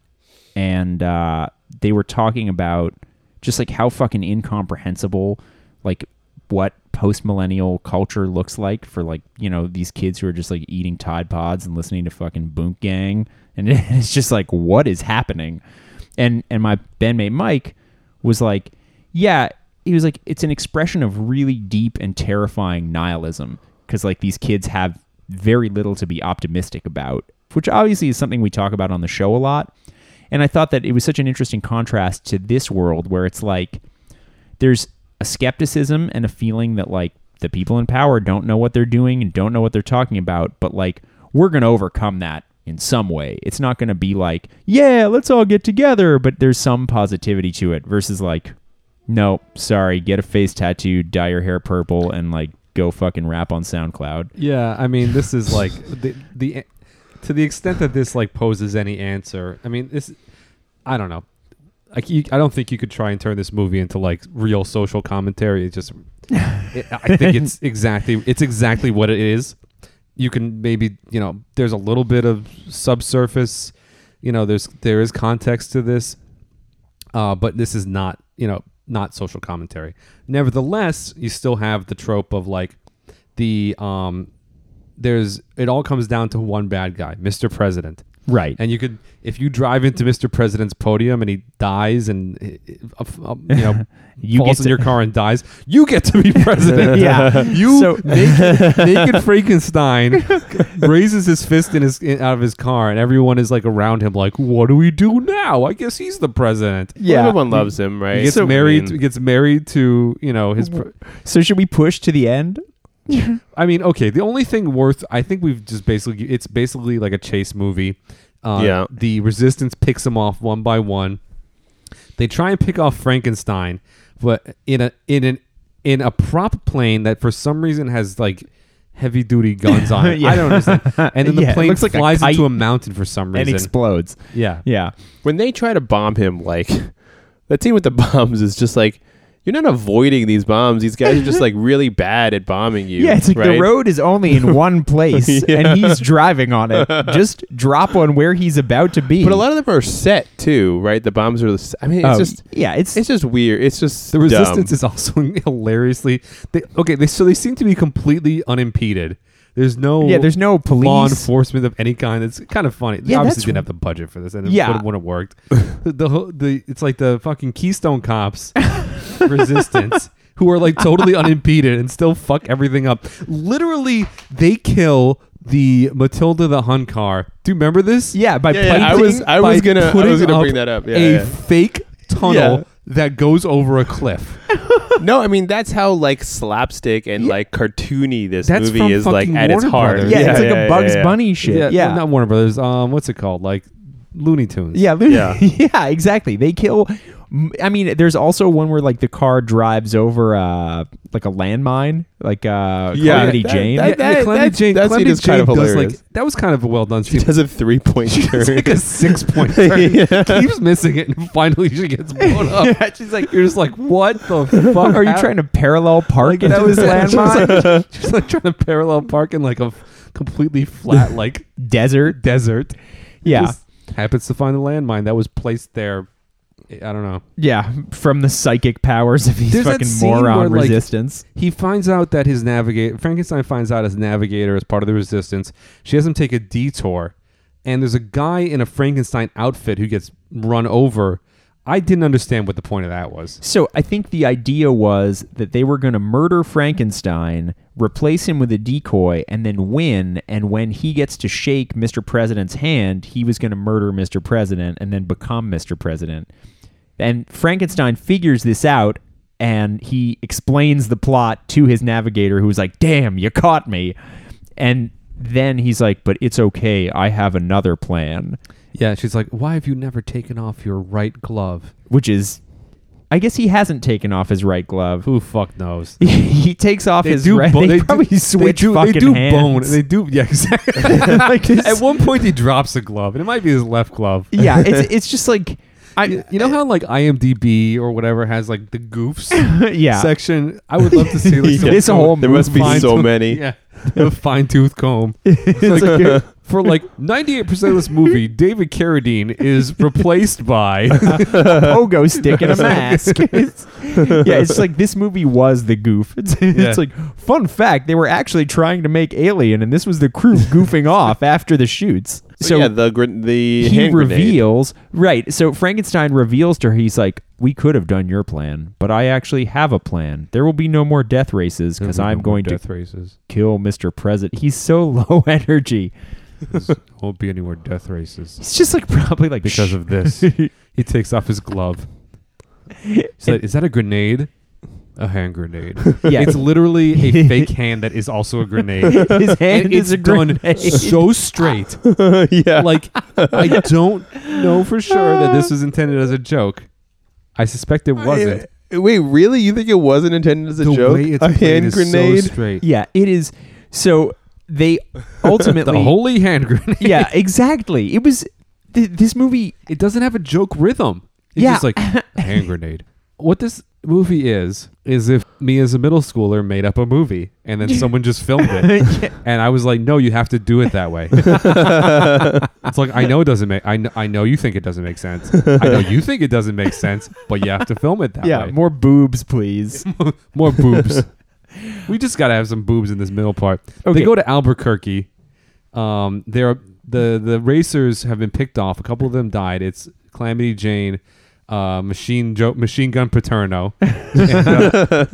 [SPEAKER 6] and uh, they were talking about just like how fucking incomprehensible like what post millennial culture looks like for like you know these kids who are just like eating Tide Pods and listening to fucking Boonk Gang, *laughs* and it's just like what is happening, and and my bandmate Mike was like, yeah, he was like it's an expression of really deep and terrifying nihilism because like these kids have very little to be optimistic about, which obviously is something we talk about on the show a lot, and I thought that it was such an interesting contrast to this world where it's like there's a skepticism and a feeling that like the people in power don't know what they're doing and don't know what they're talking about but like we're going to overcome that in some way it's not going to be like yeah let's all get together but there's some positivity to it versus like no sorry get a face tattoo dye your hair purple and like go fucking rap on soundcloud
[SPEAKER 5] Yeah, I mean, this is like the the to the extent that this like poses any answer. I mean, this I don't know. Like, you, I don't think you could try and turn this movie into like real social commentary. It's just, it, I think it's exactly it's exactly what it is. You can maybe you know there's a little bit of subsurface, you know there's there is context to this, uh, but this is not you know not social commentary. Nevertheless, you still have the trope of like the um there's it all comes down to one bad guy, Mr. President.
[SPEAKER 6] right
[SPEAKER 5] And you could, if you drive into Mr. President's podium and he dies, and uh, uh, you know,
[SPEAKER 6] *laughs* You
[SPEAKER 5] falls
[SPEAKER 6] get
[SPEAKER 5] in
[SPEAKER 6] to-
[SPEAKER 5] your car and dies, you get to be
[SPEAKER 6] *laughs*
[SPEAKER 5] president.
[SPEAKER 6] Yeah.
[SPEAKER 5] *laughs* you
[SPEAKER 6] So-
[SPEAKER 5] naked,
[SPEAKER 6] *laughs*
[SPEAKER 5] naked Frankenstein raises his fist in his in, out of his car, and everyone is like around him, like, "What do we do now? I guess he's the president."
[SPEAKER 7] Well, Everyone loves him, right?
[SPEAKER 5] He gets
[SPEAKER 7] I
[SPEAKER 5] married.
[SPEAKER 7] mean,
[SPEAKER 5] he gets married to you know his. Pre-
[SPEAKER 6] so should we push to the end
[SPEAKER 5] I mean, okay. The only thing worth, I think we've just basically, it's basically like a chase movie. Uh,
[SPEAKER 7] Yeah.
[SPEAKER 5] The resistance picks them off one by one. They try and pick off Frankenstein, but in a in an in a prop plane that for some reason has like heavy duty guns on
[SPEAKER 6] *laughs*
[SPEAKER 5] it. I don't understand. And then the
[SPEAKER 6] Yeah, it
[SPEAKER 5] plane
[SPEAKER 6] looks like a
[SPEAKER 5] flies into
[SPEAKER 6] kite
[SPEAKER 5] a mountain for some
[SPEAKER 6] and
[SPEAKER 5] reason.
[SPEAKER 6] explodes
[SPEAKER 5] yeah.
[SPEAKER 6] yeah
[SPEAKER 7] when they try to bomb him like *laughs* that scene with the bombs is just like you're not avoiding these bombs. These guys are just
[SPEAKER 6] *laughs*
[SPEAKER 7] like really bad at bombing you.
[SPEAKER 6] Yeah, it's like the
[SPEAKER 7] right?
[SPEAKER 6] road is only in
[SPEAKER 7] *laughs*
[SPEAKER 6] one place and he's driving on it. Just drop on where he's about to be.
[SPEAKER 7] But a lot of them are set too, right? The bombs are. s- I mean, it's
[SPEAKER 6] Oh,
[SPEAKER 7] just
[SPEAKER 6] yeah, it's,
[SPEAKER 7] it's just weird. It's just
[SPEAKER 5] The
[SPEAKER 7] dumb.
[SPEAKER 5] resistance is also *laughs* hilariously they, okay. They, so they seem to be completely unimpeded. There's no
[SPEAKER 6] Yeah, there's no
[SPEAKER 5] law
[SPEAKER 6] police.
[SPEAKER 5] enforcement of any kind. It's kind of funny. They
[SPEAKER 6] Yeah,
[SPEAKER 5] obviously
[SPEAKER 6] that's-
[SPEAKER 5] didn't have the budget for this, and
[SPEAKER 6] Yeah.
[SPEAKER 5] it wouldn't- wouldn't have worked. the, the whole- the it's like the fucking
[SPEAKER 7] *laughs*
[SPEAKER 5] Keystone Cops resistance who are like totally unimpeded and still fuck everything up. Literally, they kill the Matilda the Hun car. Do you remember this?
[SPEAKER 6] yeah, by
[SPEAKER 7] yeah, I
[SPEAKER 6] plating-
[SPEAKER 7] was- I was
[SPEAKER 5] by
[SPEAKER 7] gonna- I
[SPEAKER 5] putting
[SPEAKER 7] was gonna bring that up. Yeah,
[SPEAKER 5] a
[SPEAKER 7] yeah.
[SPEAKER 5] fake tunnel
[SPEAKER 7] Yeah.
[SPEAKER 5] that goes over a cliff.
[SPEAKER 7] no, I mean that's how like slapstick and like cartoony this
[SPEAKER 5] That's from
[SPEAKER 7] movie is like
[SPEAKER 5] fucking
[SPEAKER 7] at its
[SPEAKER 5] Warner
[SPEAKER 7] heart.
[SPEAKER 5] Brothers.
[SPEAKER 6] yeah,
[SPEAKER 5] Yeah,
[SPEAKER 6] it's like a Bugs
[SPEAKER 7] yeah, yeah.
[SPEAKER 6] Bunny shit. Yeah.
[SPEAKER 5] well, not Warner Brothers. Um, what's it called? Like Looney Tunes.
[SPEAKER 6] Yeah, Lu-
[SPEAKER 7] Yeah.
[SPEAKER 6] *laughs* yeah, exactly. They kill. m- I mean, there's also one where like the car drives over uh like a landmine, like uh
[SPEAKER 7] Yeah,
[SPEAKER 6] Calamity
[SPEAKER 7] that-
[SPEAKER 6] Jane.
[SPEAKER 7] that-
[SPEAKER 6] *laughs*
[SPEAKER 5] yeah, yeah, Calamity
[SPEAKER 7] that's-
[SPEAKER 5] Jane.
[SPEAKER 7] that scene
[SPEAKER 5] Calamity
[SPEAKER 7] is kind
[SPEAKER 5] Jane
[SPEAKER 7] of
[SPEAKER 5] does, like-
[SPEAKER 7] hilarious.
[SPEAKER 5] that was kind of a well done
[SPEAKER 7] She
[SPEAKER 5] scene.
[SPEAKER 7] does a three point
[SPEAKER 5] *laughs* It's
[SPEAKER 7] turn. *laughs*
[SPEAKER 5] like a six point *laughs* turn. Keeps missing it, and finally she gets blown
[SPEAKER 7] *laughs*
[SPEAKER 5] up.
[SPEAKER 6] yeah, she's like,
[SPEAKER 5] You're just like, what the fuck?
[SPEAKER 6] are you trying to parallel park into
[SPEAKER 5] that was
[SPEAKER 6] this *laughs* landmine
[SPEAKER 5] landmine? She's like trying to parallel park in like a f- completely flat like
[SPEAKER 6] desert?
[SPEAKER 5] desert.
[SPEAKER 6] Yeah.
[SPEAKER 5] Just happens to find the landmine that was placed there. I don't know.
[SPEAKER 6] Yeah, from the psychic powers of these
[SPEAKER 5] There's that
[SPEAKER 6] fucking
[SPEAKER 5] scene
[SPEAKER 6] moron
[SPEAKER 5] where, like,
[SPEAKER 6] resistance.
[SPEAKER 5] He finds out that his navigator, Frankenstein finds out his navigator is part of the resistance. She has him take a detour, and there's a guy in a Frankenstein outfit who gets run over I didn't understand what the point of that was.
[SPEAKER 6] So I think the idea was that they were going to murder Frankenstein, replace him with a decoy, and then win. And when he gets to shake Mr. President's hand, he was going to murder Mr. President and then become Mr. President. And Frankenstein figures this out and he explains the plot to his navigator, who's like, Damn, you caught me. And then he's like, But it's okay. I have another plan,
[SPEAKER 5] Yeah, she's like, "Why have you never taken off your right glove?"
[SPEAKER 6] which is. I guess he hasn't taken off his right glove.
[SPEAKER 5] Who fuck knows?
[SPEAKER 6] *laughs* he takes off his
[SPEAKER 5] do
[SPEAKER 6] red.
[SPEAKER 5] bo-
[SPEAKER 6] they,
[SPEAKER 5] do-
[SPEAKER 6] probably switch
[SPEAKER 5] they do,
[SPEAKER 6] fucking
[SPEAKER 5] They do bone.
[SPEAKER 6] hands. *laughs*
[SPEAKER 5] They do. Yeah, *laughs* exactly.
[SPEAKER 6] Like, it's-
[SPEAKER 5] At one point, he drops a glove, and it might be his left glove.
[SPEAKER 6] yeah,
[SPEAKER 5] *laughs*
[SPEAKER 6] it's it's just like
[SPEAKER 5] You
[SPEAKER 6] I
[SPEAKER 5] you know how like IMDb or whatever has like the goofs
[SPEAKER 6] *laughs* yeah.
[SPEAKER 5] section. I would love to see
[SPEAKER 6] *laughs*
[SPEAKER 5] like some
[SPEAKER 6] It's a whole
[SPEAKER 7] There must be
[SPEAKER 5] fine
[SPEAKER 6] *laughs*
[SPEAKER 7] so
[SPEAKER 5] tooth-
[SPEAKER 7] many.
[SPEAKER 5] Yeah, *laughs* a fine tooth comb.
[SPEAKER 6] It's like
[SPEAKER 5] *laughs*
[SPEAKER 6] a-
[SPEAKER 5] For like ninety eight percent of this movie, David Carradine
[SPEAKER 6] *laughs*
[SPEAKER 5] is replaced by
[SPEAKER 6] pogo stick and a mask. *laughs* It's- yeah, it's like this movie was the goof. It's, *laughs* it's
[SPEAKER 5] Yeah.
[SPEAKER 6] like fun fact they were actually trying to make Alien, and this was the crew
[SPEAKER 5] *laughs*
[SPEAKER 6] goofing off after the shoots.
[SPEAKER 7] So
[SPEAKER 6] So
[SPEAKER 7] yeah, the gr- the
[SPEAKER 6] he
[SPEAKER 7] hand grenade.
[SPEAKER 6] reveals right. So Frankenstein reveals to her, he's like, "We could have done your plan, but I actually have a plan. There will be no more death races because I'm going to
[SPEAKER 5] death races.
[SPEAKER 6] kill Mr. President. He's so *laughs* low energy.
[SPEAKER 5] *laughs* Won't be any more death
[SPEAKER 6] *laughs*
[SPEAKER 5] races
[SPEAKER 6] He's just like probably like
[SPEAKER 5] because
[SPEAKER 6] "Shh."
[SPEAKER 5] of this. He takes off his glove. He's like, "Is that a grenade?" A hand grenade.
[SPEAKER 6] *laughs* Yeah.
[SPEAKER 5] it's literally
[SPEAKER 6] *laughs*
[SPEAKER 5] a fake hand that is also a grenade.
[SPEAKER 6] *laughs* his hand
[SPEAKER 5] and it's
[SPEAKER 6] is a
[SPEAKER 5] done
[SPEAKER 6] grenade.
[SPEAKER 5] so
[SPEAKER 6] *laughs*
[SPEAKER 5] straight.
[SPEAKER 7] yeah,
[SPEAKER 5] like I don't know for sure that this was intended as a joke. I suspect it wasn't.
[SPEAKER 7] Wait, really? You think it wasn't intended as a
[SPEAKER 5] the
[SPEAKER 7] joke?
[SPEAKER 5] way it's
[SPEAKER 7] a
[SPEAKER 5] played
[SPEAKER 7] hand
[SPEAKER 5] is
[SPEAKER 7] grenade?
[SPEAKER 5] so straight.
[SPEAKER 6] yeah, it is. So they
[SPEAKER 5] The
[SPEAKER 6] ultimately
[SPEAKER 5] holy hand grenade.
[SPEAKER 6] *laughs* yeah exactly. It was th- this movie.
[SPEAKER 5] *laughs* it doesn't have a joke rhythm. It's
[SPEAKER 6] Yeah.
[SPEAKER 5] just like a hand grenade. What this movie is is if me as a middle schooler made up a movie and then someone just filmed it, and I was like, "No, you have to do it that way." it's like I know it doesn't make. I know, I know you think it doesn't make sense. I know you think it doesn't make sense, but you have to film it that
[SPEAKER 6] Yeah,
[SPEAKER 5] way.
[SPEAKER 6] more boobs, please.
[SPEAKER 5] *laughs* more boobs. we just gotta have some boobs in this middle part.
[SPEAKER 6] Okay.
[SPEAKER 5] They go to Albuquerque. Um, there are the the racers have been picked off. A couple of them died. It's Calamity Jane, uh, Machine jo- Machine Gun Paterno, *laughs* and, uh,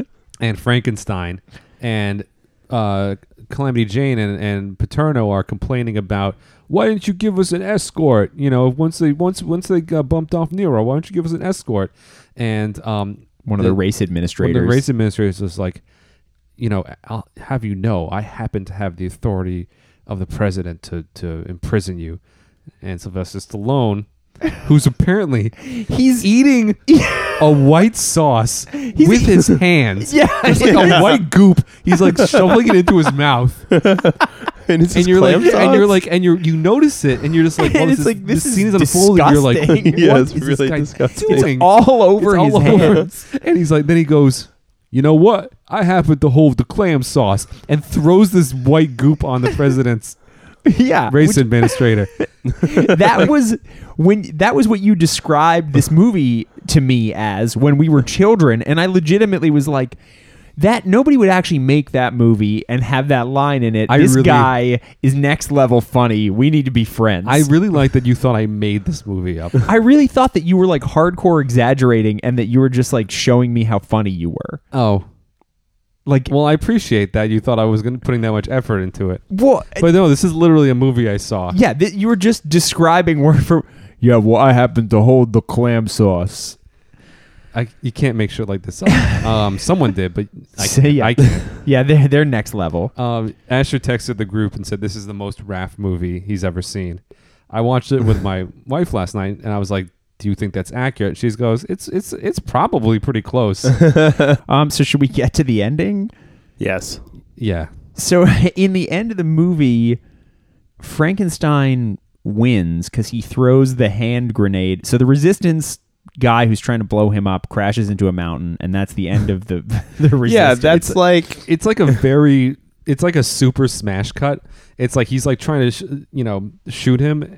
[SPEAKER 5] and Frankenstein, and uh, Calamity Jane and, and Paterno are complaining about why didn't you give us an escort? You know, once they once once they got bumped off Nero, why don't you give us an escort? And um,
[SPEAKER 6] One of the, race administrators.
[SPEAKER 5] when the *laughs* race administrators was like, you know, I'll have you know, I happen to have the authority of the president to, to imprison you. And Sylvester Stallone, who's
[SPEAKER 6] *laughs*
[SPEAKER 5] apparently
[SPEAKER 6] He's *laughs* eating.
[SPEAKER 5] a white sauce with his hands.
[SPEAKER 6] *laughs* Yeah,
[SPEAKER 5] It's like *laughs* a white goop. He's like shoveling it into his
[SPEAKER 6] *laughs*
[SPEAKER 5] mouth,
[SPEAKER 7] And it's
[SPEAKER 5] and you're like, and you're like, and you are you notice it, and you're just like,
[SPEAKER 6] *laughs* And
[SPEAKER 5] well,
[SPEAKER 6] it's
[SPEAKER 5] this,
[SPEAKER 6] like,
[SPEAKER 5] this,
[SPEAKER 6] this
[SPEAKER 5] scene is
[SPEAKER 6] is
[SPEAKER 5] unfolding. You're like, what *laughs*
[SPEAKER 6] *laughs* disgusting.
[SPEAKER 7] Yeah, it's
[SPEAKER 5] is this
[SPEAKER 7] really
[SPEAKER 5] guy
[SPEAKER 7] disgusting. It's
[SPEAKER 5] doing?
[SPEAKER 6] all over
[SPEAKER 5] It's
[SPEAKER 6] his
[SPEAKER 5] all over.
[SPEAKER 6] hands.
[SPEAKER 5] And he's like, then he goes, you know what? I happen to hold the clam sauce and throws this white goop on the president's *laughs*
[SPEAKER 6] *laughs* yeah,
[SPEAKER 5] race
[SPEAKER 6] which-
[SPEAKER 5] administrator. *laughs*
[SPEAKER 6] that was when that was what you described this movie to me as when we were children and i legitimately was like that nobody would actually make that movie and have that line in it
[SPEAKER 5] I
[SPEAKER 6] this
[SPEAKER 5] really-
[SPEAKER 6] guy is next level funny we need to be friends
[SPEAKER 5] *laughs* I really like that you thought I made this movie *laughs* up.
[SPEAKER 6] I really thought that you were like hardcore exaggerating and that you were just like showing me how funny you were.
[SPEAKER 5] Oh.
[SPEAKER 6] Like,
[SPEAKER 5] Well, I appreciate that you thought I was gonna putting that much effort into it.
[SPEAKER 6] what?
[SPEAKER 5] But no, this is literally a movie I saw.
[SPEAKER 6] yeah, th- you were just describing *laughs* word for. Yeah, well, I happen to hold the clam sauce.
[SPEAKER 5] I, you can't make shit like *laughs* this up. Um, someone did, but I,
[SPEAKER 6] So, yeah.
[SPEAKER 5] I can't.
[SPEAKER 6] Yeah, they're, they're next level.
[SPEAKER 5] Um, Asher texted the group and said, "This is the most Raph movie he's ever seen." I watched it
[SPEAKER 7] *laughs*
[SPEAKER 5] with my wife last night, and I was like, "Do you think that's accurate?" She goes, "It's it's it's probably pretty
[SPEAKER 7] *laughs*
[SPEAKER 5] close."
[SPEAKER 6] Um, so should we get to the ending?
[SPEAKER 7] yes.
[SPEAKER 5] yeah,
[SPEAKER 6] So *laughs* in the end of the movie, Frankenstein wins because he throws the hand grenade. So the resistance guy who's trying to blow him up crashes into a mountain, and that's the end of the *laughs* the resistance.
[SPEAKER 7] Yeah, that's like *laughs*
[SPEAKER 5] it's like a very it's like a super smash cut. It's like he's like trying to sh- you know shoot him,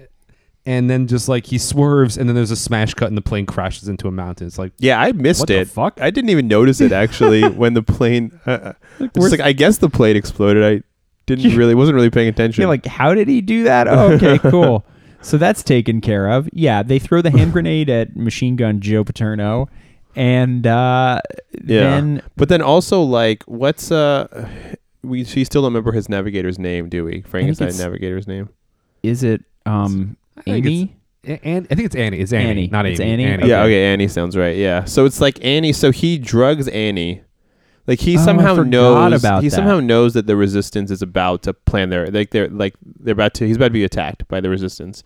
[SPEAKER 5] and then just like he swerves, and then there's a smash cut, and the plane crashes into a mountain. It's like
[SPEAKER 7] yeah, I missed
[SPEAKER 5] What the
[SPEAKER 7] it.
[SPEAKER 5] fuck?
[SPEAKER 7] I didn't even notice it
[SPEAKER 5] *laughs*
[SPEAKER 7] actually when the plane. Uh, it's
[SPEAKER 6] where's-
[SPEAKER 7] like I guess the plane exploded. I didn't really wasn't really paying attention. *laughs*
[SPEAKER 6] You're like, how did he do that? Oh, okay, cool. So that's taken care of. Yeah, they throw
[SPEAKER 7] *laughs*
[SPEAKER 6] the hand grenade at Machine Gun Joe Paterno, and uh, then
[SPEAKER 7] but then also like what's uh *sighs* we she still don't remember his navigator's name, do we? Frankenstein
[SPEAKER 6] it's-
[SPEAKER 7] navigator's name.
[SPEAKER 6] is it um,
[SPEAKER 5] think it's-
[SPEAKER 6] Amy?
[SPEAKER 5] A- An- I think it's Annie. It's Annie,
[SPEAKER 6] Annie.
[SPEAKER 5] not Amy.
[SPEAKER 6] It's Annie?
[SPEAKER 7] Yeah, okay, Annie sounds right. Yeah. So it's like Annie, so he drugs Annie. Like he
[SPEAKER 6] Oh, I
[SPEAKER 7] somehow
[SPEAKER 6] forgot
[SPEAKER 7] knows
[SPEAKER 6] about
[SPEAKER 7] he
[SPEAKER 6] that.
[SPEAKER 7] somehow knows that the resistance is about to plan their like they're like they're about to he's about to be attacked by the resistance.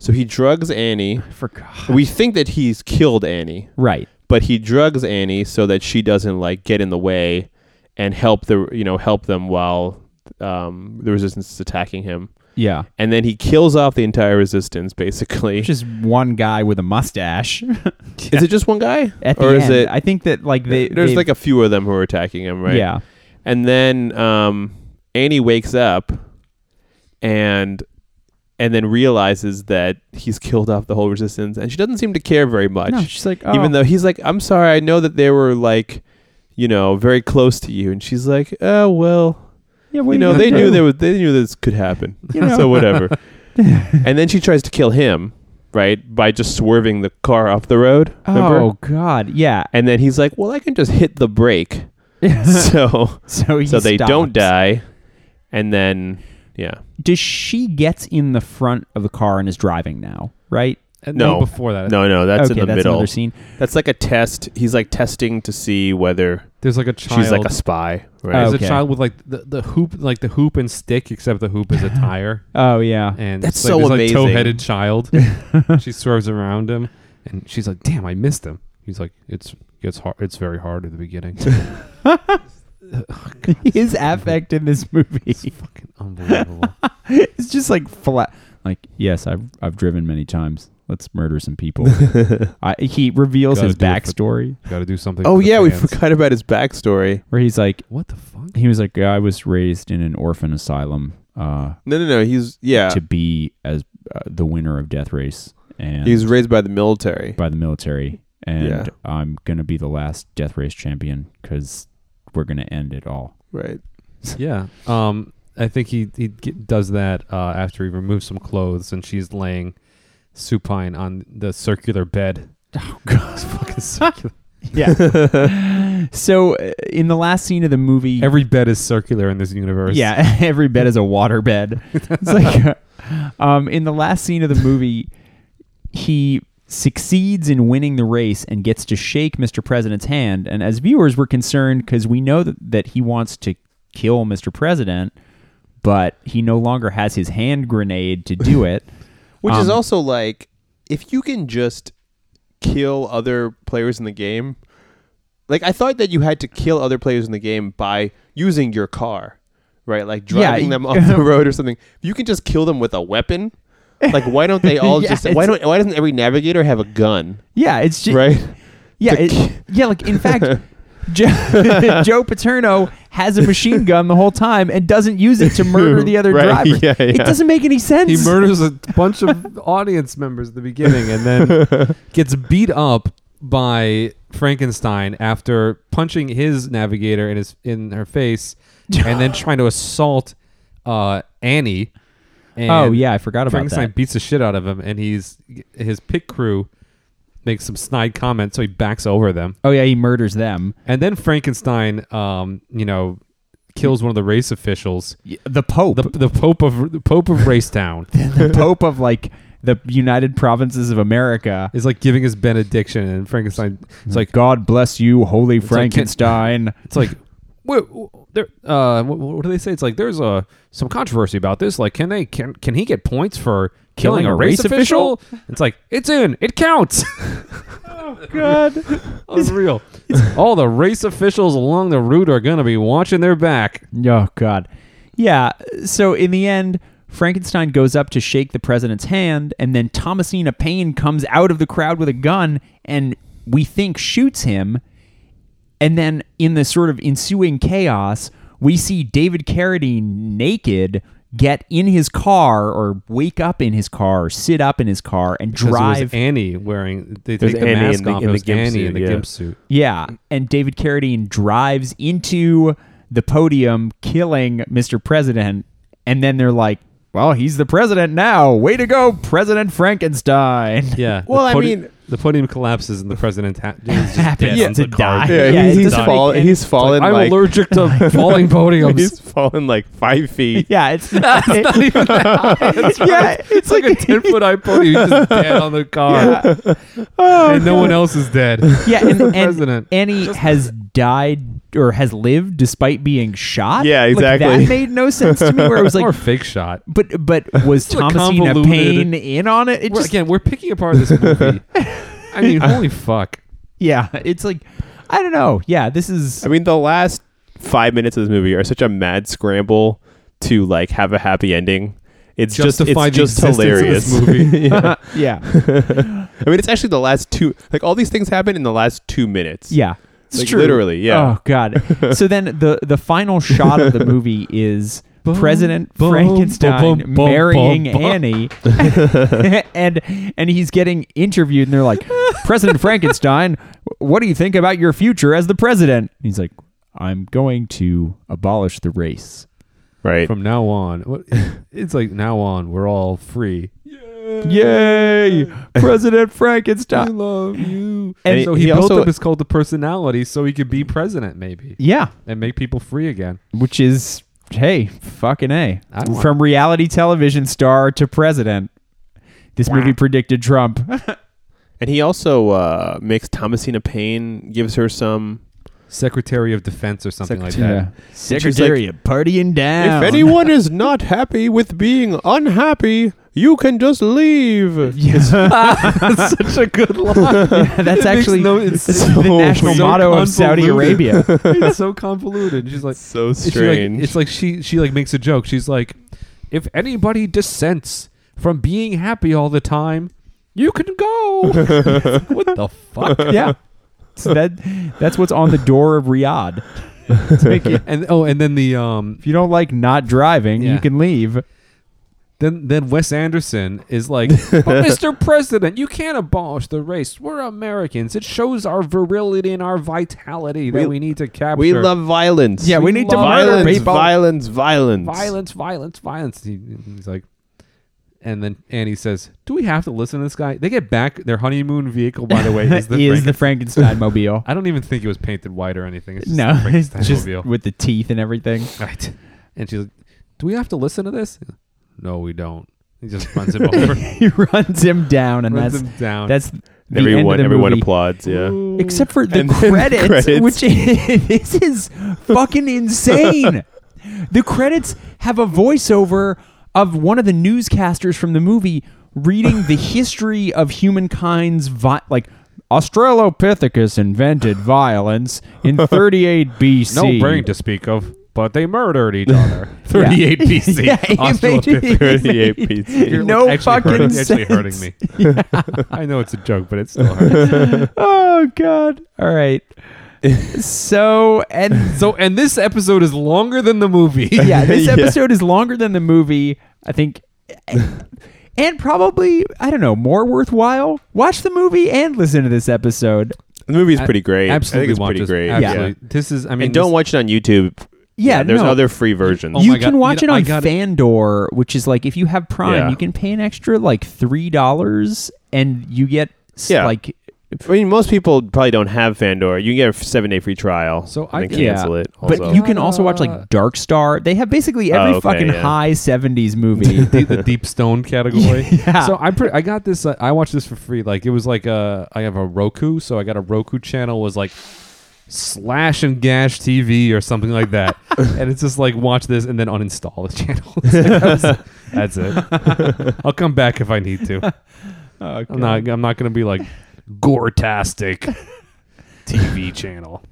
[SPEAKER 7] So he drugs Annie.
[SPEAKER 6] I forgot.
[SPEAKER 7] We think that he's killed Annie.
[SPEAKER 6] Right.
[SPEAKER 7] but he drugs Annie so that she doesn't like get in the way and help the you know help them while um, the resistance is attacking him.
[SPEAKER 6] Yeah.
[SPEAKER 7] And then he kills off the entire resistance *laughs* basically.
[SPEAKER 6] Just one guy with a mustache. *laughs*
[SPEAKER 7] is it just one guy,
[SPEAKER 6] At the
[SPEAKER 7] or
[SPEAKER 6] end,
[SPEAKER 7] is it?
[SPEAKER 6] I think that like they
[SPEAKER 7] there's
[SPEAKER 6] they've-
[SPEAKER 7] like a few of them who are attacking him, right?
[SPEAKER 6] yeah.
[SPEAKER 7] And then um, Annie wakes up and and then realizes that he's killed off the whole resistance and she doesn't seem to care very much.
[SPEAKER 6] No, she's like "Oh,
[SPEAKER 7] even though he's like, I'm sorry, I know that they were like, you know, very close to you, and she's like, oh well,
[SPEAKER 6] yeah,
[SPEAKER 7] you know, they knew they was they knew this could happen,
[SPEAKER 6] *laughs* You know.
[SPEAKER 7] so whatever. and then she tries to kill him, right, by just swerving the car off the road. Remember?
[SPEAKER 6] Oh
[SPEAKER 7] *laughs*
[SPEAKER 6] God, yeah.
[SPEAKER 7] And then he's like, well, I can just hit the
[SPEAKER 6] *laughs*
[SPEAKER 7] brake, so
[SPEAKER 6] so he
[SPEAKER 7] so they don't
[SPEAKER 6] stops.
[SPEAKER 7] die, and then yeah,
[SPEAKER 6] Does she gets in the front of the car and is driving now? Right.
[SPEAKER 5] Uh,
[SPEAKER 7] No.
[SPEAKER 5] before that.
[SPEAKER 7] no, no, that's in
[SPEAKER 6] okay,
[SPEAKER 7] the
[SPEAKER 6] that's
[SPEAKER 7] middle.
[SPEAKER 6] another scene.
[SPEAKER 7] That's like a test. He's like testing to see whether
[SPEAKER 5] There's like a child.
[SPEAKER 7] she's like a spy, right?
[SPEAKER 6] Oh,
[SPEAKER 5] there's
[SPEAKER 6] Okay.
[SPEAKER 5] a child with like the, the hoop, like the hoop and stick, except the hoop is
[SPEAKER 7] *laughs*
[SPEAKER 5] a tire.
[SPEAKER 6] Oh yeah.
[SPEAKER 5] and
[SPEAKER 7] That's
[SPEAKER 5] it's like
[SPEAKER 7] so
[SPEAKER 5] this,
[SPEAKER 7] amazing.
[SPEAKER 5] Like,
[SPEAKER 7] *laughs*
[SPEAKER 5] toe-headed child. she swerves around him, and she's like, "Damn, I missed him." He's like, "It's it's hard. It's very hard at
[SPEAKER 7] *laughs*
[SPEAKER 5] the beginning."
[SPEAKER 6] *laughs* His affect in this movie
[SPEAKER 5] it's fucking unbelievable.
[SPEAKER 6] is just like flat. Like yes, I've I've driven many times. Let's murder some people. I, he reveals
[SPEAKER 5] Gotta
[SPEAKER 6] his
[SPEAKER 5] do it for-
[SPEAKER 6] backstory
[SPEAKER 5] Got to do something.
[SPEAKER 7] Oh
[SPEAKER 5] for the
[SPEAKER 7] yeah, we
[SPEAKER 5] fans.
[SPEAKER 7] forgot about his backstory.
[SPEAKER 6] where he's like
[SPEAKER 5] What the fuck?
[SPEAKER 6] he was like I was raised in an orphan asylum uh,
[SPEAKER 7] No, no, no. He's yeah.
[SPEAKER 6] to be as uh, the winner of death race and
[SPEAKER 7] He was raised by the military.
[SPEAKER 6] by the military, and
[SPEAKER 7] Yeah.
[SPEAKER 6] I'm gonna be the last death race champion because we're gonna end it all.
[SPEAKER 7] right.
[SPEAKER 5] *laughs* Yeah. Um, I think he he g does that uh, after he removes some clothes, and she's laying supine on the circular bed. Oh god, *laughs* it's fucking circular.
[SPEAKER 6] Yeah. *laughs* so uh, in the last scene of the movie,
[SPEAKER 5] Every bed is circular in this universe.
[SPEAKER 6] yeah, *laughs* every bed is a
[SPEAKER 7] *laughs*
[SPEAKER 6] water bed. It's like, *laughs* uh, um, in the last scene of the movie, he succeeds in winning the race and gets to shake Mr. President's hand. And as viewers, we're concerned because we know that, that he wants to kill Mr. President, but he no longer has his hand grenade to
[SPEAKER 7] *laughs*
[SPEAKER 6] do it.
[SPEAKER 7] Which is
[SPEAKER 6] Um,
[SPEAKER 7] also like, if you can just kill other players in the game, like I thought that you had to kill other players in the game by using your car, right? Like driving
[SPEAKER 6] y- *laughs*
[SPEAKER 7] them off the road or something. If you can just kill them with a weapon, like why don't
[SPEAKER 6] *laughs*
[SPEAKER 7] they all
[SPEAKER 6] Yeah,
[SPEAKER 7] just? Why
[SPEAKER 6] it's-
[SPEAKER 7] don't? Why doesn't every navigator have a
[SPEAKER 6] *laughs*
[SPEAKER 7] gun?
[SPEAKER 6] Yeah, it's just
[SPEAKER 7] Right.
[SPEAKER 6] Yeah,
[SPEAKER 7] The
[SPEAKER 6] it,
[SPEAKER 7] ki-
[SPEAKER 6] yeah. Like
[SPEAKER 7] *laughs*
[SPEAKER 6] in fact, Joe, *laughs* Joe Paterno has a machine gun the whole time and doesn't use it
[SPEAKER 7] *laughs*
[SPEAKER 6] to murder the other
[SPEAKER 7] Right,
[SPEAKER 6] driver.
[SPEAKER 7] yeah,
[SPEAKER 6] It
[SPEAKER 7] yeah.
[SPEAKER 6] doesn't make any sense. *laughs*
[SPEAKER 5] He murders a bunch of audience members at the beginning and
[SPEAKER 6] *laughs*
[SPEAKER 5] then gets beat up by Frankenstein after punching his navigator in his in her face and
[SPEAKER 6] *laughs*
[SPEAKER 5] then trying to assault uh, Annie. And
[SPEAKER 6] Oh, yeah, I forgot about
[SPEAKER 5] Frankenstein
[SPEAKER 6] that.
[SPEAKER 5] beats the shit out of him and he's his pit crew makes some snide comments so he backs over them.
[SPEAKER 6] Oh yeah, he murders them.
[SPEAKER 5] And then Frankenstein um, you know, kills one of the race officials.
[SPEAKER 6] The Pope,
[SPEAKER 5] The,
[SPEAKER 6] the,
[SPEAKER 5] the Pope of the Pope of
[SPEAKER 6] *laughs*
[SPEAKER 5] Racetown. *laughs*
[SPEAKER 6] Pope of like the United Provinces of America.
[SPEAKER 5] is like giving his benediction, and Frankenstein.
[SPEAKER 7] Mm-hmm.
[SPEAKER 5] It's like
[SPEAKER 6] God bless you, holy
[SPEAKER 5] like, can- *laughs*
[SPEAKER 6] Frankenstein.
[SPEAKER 5] it's like. Wait, there, uh, what, what do they say? It's like there's a some controversy about this. Like, can they can can he get points for killing, a race, official? *laughs* It's like it's in, it counts. *laughs*
[SPEAKER 6] God,
[SPEAKER 5] Unreal. *laughs* All the race officials along the route are gonna be watching their back.
[SPEAKER 6] Oh God. Yeah. So in the end, Frankenstein goes up to shake the president's hand, and then Thomasina Payne comes out of the crowd with a gun and we think shoots him. And then in the sort of ensuing chaos, we see David Carradine naked get in his car or wake up in his car or sit up in his car and
[SPEAKER 5] 'Cause
[SPEAKER 6] drive
[SPEAKER 5] It was Annie wearing. They
[SPEAKER 7] was
[SPEAKER 5] take the
[SPEAKER 7] Annie
[SPEAKER 5] mask
[SPEAKER 7] in the-
[SPEAKER 5] off.
[SPEAKER 7] in
[SPEAKER 5] it
[SPEAKER 7] the
[SPEAKER 5] was
[SPEAKER 7] gimp
[SPEAKER 5] Annie
[SPEAKER 7] suit,
[SPEAKER 5] in the
[SPEAKER 7] yeah.
[SPEAKER 5] gimp suit.
[SPEAKER 6] Yeah, and David Carradine drives into the podium, killing Mr. President, and then they're like, well, he's the president now. Way to go, President Frankenstein.
[SPEAKER 5] Yeah.
[SPEAKER 7] *laughs* Well, I
[SPEAKER 5] podi-
[SPEAKER 7] mean-
[SPEAKER 5] the podium collapses and the president
[SPEAKER 7] *laughs*
[SPEAKER 5] ha- is just
[SPEAKER 6] *laughs* Happens
[SPEAKER 5] dead on
[SPEAKER 6] to
[SPEAKER 5] the carpet.
[SPEAKER 6] die.
[SPEAKER 5] *laughs*
[SPEAKER 7] Yeah,
[SPEAKER 6] Yeah, it
[SPEAKER 7] he's, he's
[SPEAKER 6] doesn't make
[SPEAKER 7] fallen.
[SPEAKER 6] any-
[SPEAKER 7] He's fallen.
[SPEAKER 5] I'm
[SPEAKER 7] like, *laughs*
[SPEAKER 5] allergic to falling
[SPEAKER 7] He's
[SPEAKER 5] podiums.
[SPEAKER 7] fallen like five feet.
[SPEAKER 6] Yeah,
[SPEAKER 7] *laughs*
[SPEAKER 6] it's not, *laughs* yeah, it's like
[SPEAKER 5] like a
[SPEAKER 6] *laughs*
[SPEAKER 5] ten foot high podium. He's
[SPEAKER 7] *laughs*
[SPEAKER 5] just dead on the car, and no one else is *laughs* dead.
[SPEAKER 6] yeah, and, and
[SPEAKER 5] president.
[SPEAKER 6] Annie has died or has lived despite being shot.
[SPEAKER 7] Yeah,
[SPEAKER 6] Like,
[SPEAKER 7] exactly.
[SPEAKER 6] that made no sense to me. Where
[SPEAKER 5] *laughs*
[SPEAKER 6] it was
[SPEAKER 5] or
[SPEAKER 6] like,
[SPEAKER 5] fake shot.
[SPEAKER 6] but *laughs* but was
[SPEAKER 5] like
[SPEAKER 6] Thomasina
[SPEAKER 5] convoluted.
[SPEAKER 6] Payne in on it? It
[SPEAKER 5] We're-
[SPEAKER 6] just
[SPEAKER 5] again, we're picking apart this *laughs* movie. I mean, holy fuck!
[SPEAKER 6] yeah, it's like I don't know. Yeah, this is
[SPEAKER 7] I mean, the last five minutes of this movie are such a mad scramble to like have a happy ending. It's just
[SPEAKER 5] Justify
[SPEAKER 7] it's
[SPEAKER 5] the
[SPEAKER 7] just
[SPEAKER 5] existence of
[SPEAKER 7] hilarious. *laughs*
[SPEAKER 5] this movie. *laughs*
[SPEAKER 7] yeah.
[SPEAKER 6] *laughs* yeah
[SPEAKER 7] I mean, it's actually the last two. Like all these things happen in the last two minutes.
[SPEAKER 6] yeah. It's
[SPEAKER 7] Like, literally, yeah.
[SPEAKER 6] Oh
[SPEAKER 7] *laughs*
[SPEAKER 6] god. so then the the final shot of the movie *laughs* is President
[SPEAKER 5] boom,
[SPEAKER 6] Frankenstein
[SPEAKER 5] boom, boom,
[SPEAKER 6] marrying
[SPEAKER 5] boom, boom.
[SPEAKER 6] Annie, *laughs* and and he's getting interviewed, and they're like, President Frankenstein, what do you think about your future as the president? And he's like, I'm going to abolish the race.
[SPEAKER 7] Right.
[SPEAKER 5] From now on, what- it's like now on, we're all free.
[SPEAKER 6] Yay, *laughs* President
[SPEAKER 5] I
[SPEAKER 6] Frankenstein!
[SPEAKER 5] love you.
[SPEAKER 6] And
[SPEAKER 5] And so he,
[SPEAKER 7] he
[SPEAKER 5] built
[SPEAKER 7] also-
[SPEAKER 5] up his cult of personality so he could be president, maybe,
[SPEAKER 6] Yeah,
[SPEAKER 5] and make people free again.
[SPEAKER 6] which is hey fucking a
[SPEAKER 5] I don't
[SPEAKER 6] from reality television star to president this movie predicted trump *laughs*
[SPEAKER 7] and he also uh, makes Thomasina Payne gives her some.
[SPEAKER 5] Secretary of Defense or something like that.
[SPEAKER 6] secretary of partying down
[SPEAKER 7] if *laughs*
[SPEAKER 6] *laughs*
[SPEAKER 7] anyone is not happy with being unhappy, you can just leave.
[SPEAKER 6] *laughs* that's such a *laughs* good line that's actually
[SPEAKER 5] no-
[SPEAKER 6] *laughs*
[SPEAKER 5] it's
[SPEAKER 6] it's
[SPEAKER 5] so-
[SPEAKER 6] the national
[SPEAKER 5] so
[SPEAKER 6] motto of saudi
[SPEAKER 5] convoluted.
[SPEAKER 6] *laughs* arabia
[SPEAKER 5] it's so convoluted. She's like
[SPEAKER 7] So
[SPEAKER 5] she, like-
[SPEAKER 7] strange.
[SPEAKER 5] it's like she she like makes a joke. She's like, if anybody dissents from being happy all the time, you can
[SPEAKER 7] *laughs*
[SPEAKER 5] go. what the fuck?
[SPEAKER 6] yeah so that that's what's on the door of riyadh
[SPEAKER 5] And oh, and then the um
[SPEAKER 6] if you don't like not driving
[SPEAKER 5] Yeah.
[SPEAKER 6] you can leave
[SPEAKER 5] then then Wes Anderson is like, but
[SPEAKER 7] *laughs*
[SPEAKER 5] Mr. President, you can't abolish the race. We're Americans. It shows our virility and our vitality that
[SPEAKER 7] We-
[SPEAKER 5] we, need to capture.
[SPEAKER 7] we love violence.
[SPEAKER 6] yeah we,
[SPEAKER 5] We
[SPEAKER 6] need to
[SPEAKER 5] love
[SPEAKER 6] murder
[SPEAKER 7] violence,
[SPEAKER 6] people
[SPEAKER 7] violence, violence,
[SPEAKER 5] violence, violence, violence. He, he's like, and then Annie says, "Do we have to listen to this guy?" They get back their honeymoon vehicle. By the way, is
[SPEAKER 6] *laughs*
[SPEAKER 5] the,
[SPEAKER 6] is
[SPEAKER 5] Franken-
[SPEAKER 6] the
[SPEAKER 5] *laughs*
[SPEAKER 6] frankenstein mobile
[SPEAKER 5] I don't even think it was painted white or anything. It's just
[SPEAKER 6] no
[SPEAKER 5] the
[SPEAKER 6] it's
[SPEAKER 5] Frankenstein
[SPEAKER 6] just *laughs*
[SPEAKER 5] mobile.
[SPEAKER 6] with the teeth and everything
[SPEAKER 5] right. And she's like, "Do we have to listen to this?" No, we don't. He just runs him over, runs
[SPEAKER 6] he runs him down, *laughs* and that's
[SPEAKER 5] him down.
[SPEAKER 6] that's the
[SPEAKER 7] everyone,
[SPEAKER 6] end of the
[SPEAKER 7] everyone
[SPEAKER 6] movie.
[SPEAKER 7] applauds. Yeah.
[SPEAKER 6] except for the
[SPEAKER 7] And then the
[SPEAKER 6] credits,
[SPEAKER 7] credits.
[SPEAKER 6] which is, *laughs* this is fucking insane. the credits have a voiceover of one of the newscasters from the movie reading
[SPEAKER 7] *laughs*
[SPEAKER 6] the history of humankind's vi- like.
[SPEAKER 7] *laughs*
[SPEAKER 6] Australopithecus invented violence in 38 BC.
[SPEAKER 5] no brain to speak of, but they murdered each
[SPEAKER 6] *laughs*
[SPEAKER 5] other.
[SPEAKER 6] 38 BC. Yeah, *laughs* he made-
[SPEAKER 7] 38 pieces.
[SPEAKER 5] You're, like,
[SPEAKER 6] No
[SPEAKER 5] actually
[SPEAKER 6] fucking
[SPEAKER 5] hurting, actually hurting me.
[SPEAKER 6] sense.
[SPEAKER 5] *laughs* I know it's a joke, but it's still
[SPEAKER 6] *laughs*
[SPEAKER 5] hurting.
[SPEAKER 6] Oh god. All
[SPEAKER 7] *laughs*
[SPEAKER 6] right. so and
[SPEAKER 5] so, and this episode is longer than the movie.
[SPEAKER 6] *laughs* yeah, this episode is longer than the movie, I think, and probably I don't know more worthwhile. Watch the movie and listen to this episode.
[SPEAKER 7] The movie's pretty great.
[SPEAKER 5] Absolutely,
[SPEAKER 7] I think it's
[SPEAKER 5] watch
[SPEAKER 7] pretty
[SPEAKER 5] this.
[SPEAKER 7] great.
[SPEAKER 5] Absolutely. This is. I mean,
[SPEAKER 7] And don't watch it on YouTube.
[SPEAKER 6] Yeah,
[SPEAKER 7] there's
[SPEAKER 6] no.
[SPEAKER 7] other free versions.
[SPEAKER 5] Oh
[SPEAKER 6] you
[SPEAKER 5] my God,
[SPEAKER 6] can
[SPEAKER 5] you
[SPEAKER 6] watch
[SPEAKER 5] know, I
[SPEAKER 6] it on
[SPEAKER 5] got it.
[SPEAKER 6] Fandor, which is like if you have Prime,
[SPEAKER 7] Yeah.
[SPEAKER 6] you can pay an extra like three dollars and you get s-
[SPEAKER 7] Yeah.
[SPEAKER 6] like
[SPEAKER 7] I mean, most people probably don't have Fandor. You can get a seven day free trial.
[SPEAKER 5] So I
[SPEAKER 7] and then
[SPEAKER 5] can-
[SPEAKER 7] cancel it.
[SPEAKER 6] But
[SPEAKER 7] also.
[SPEAKER 6] you can also watch like Dark Star. They have basically every
[SPEAKER 7] Oh, okay,
[SPEAKER 6] fucking
[SPEAKER 7] yeah.
[SPEAKER 6] high
[SPEAKER 5] *laughs*
[SPEAKER 6] seventies movie.
[SPEAKER 5] the, the deep
[SPEAKER 7] *laughs*
[SPEAKER 5] stone category.
[SPEAKER 6] Yeah.
[SPEAKER 5] So I pre- I got this. Uh, I watched this for free. Like it was like a I have a Roku, so I got a Roku channel. Was like slash and gash TV or something
[SPEAKER 7] *laughs*
[SPEAKER 5] like that, and it's just like watch this and then uninstall the *laughs* channel. It's like, that's, that's it. I'll come back if I need to. I'm not. I'm not gonna be like gore-tastic TV channel.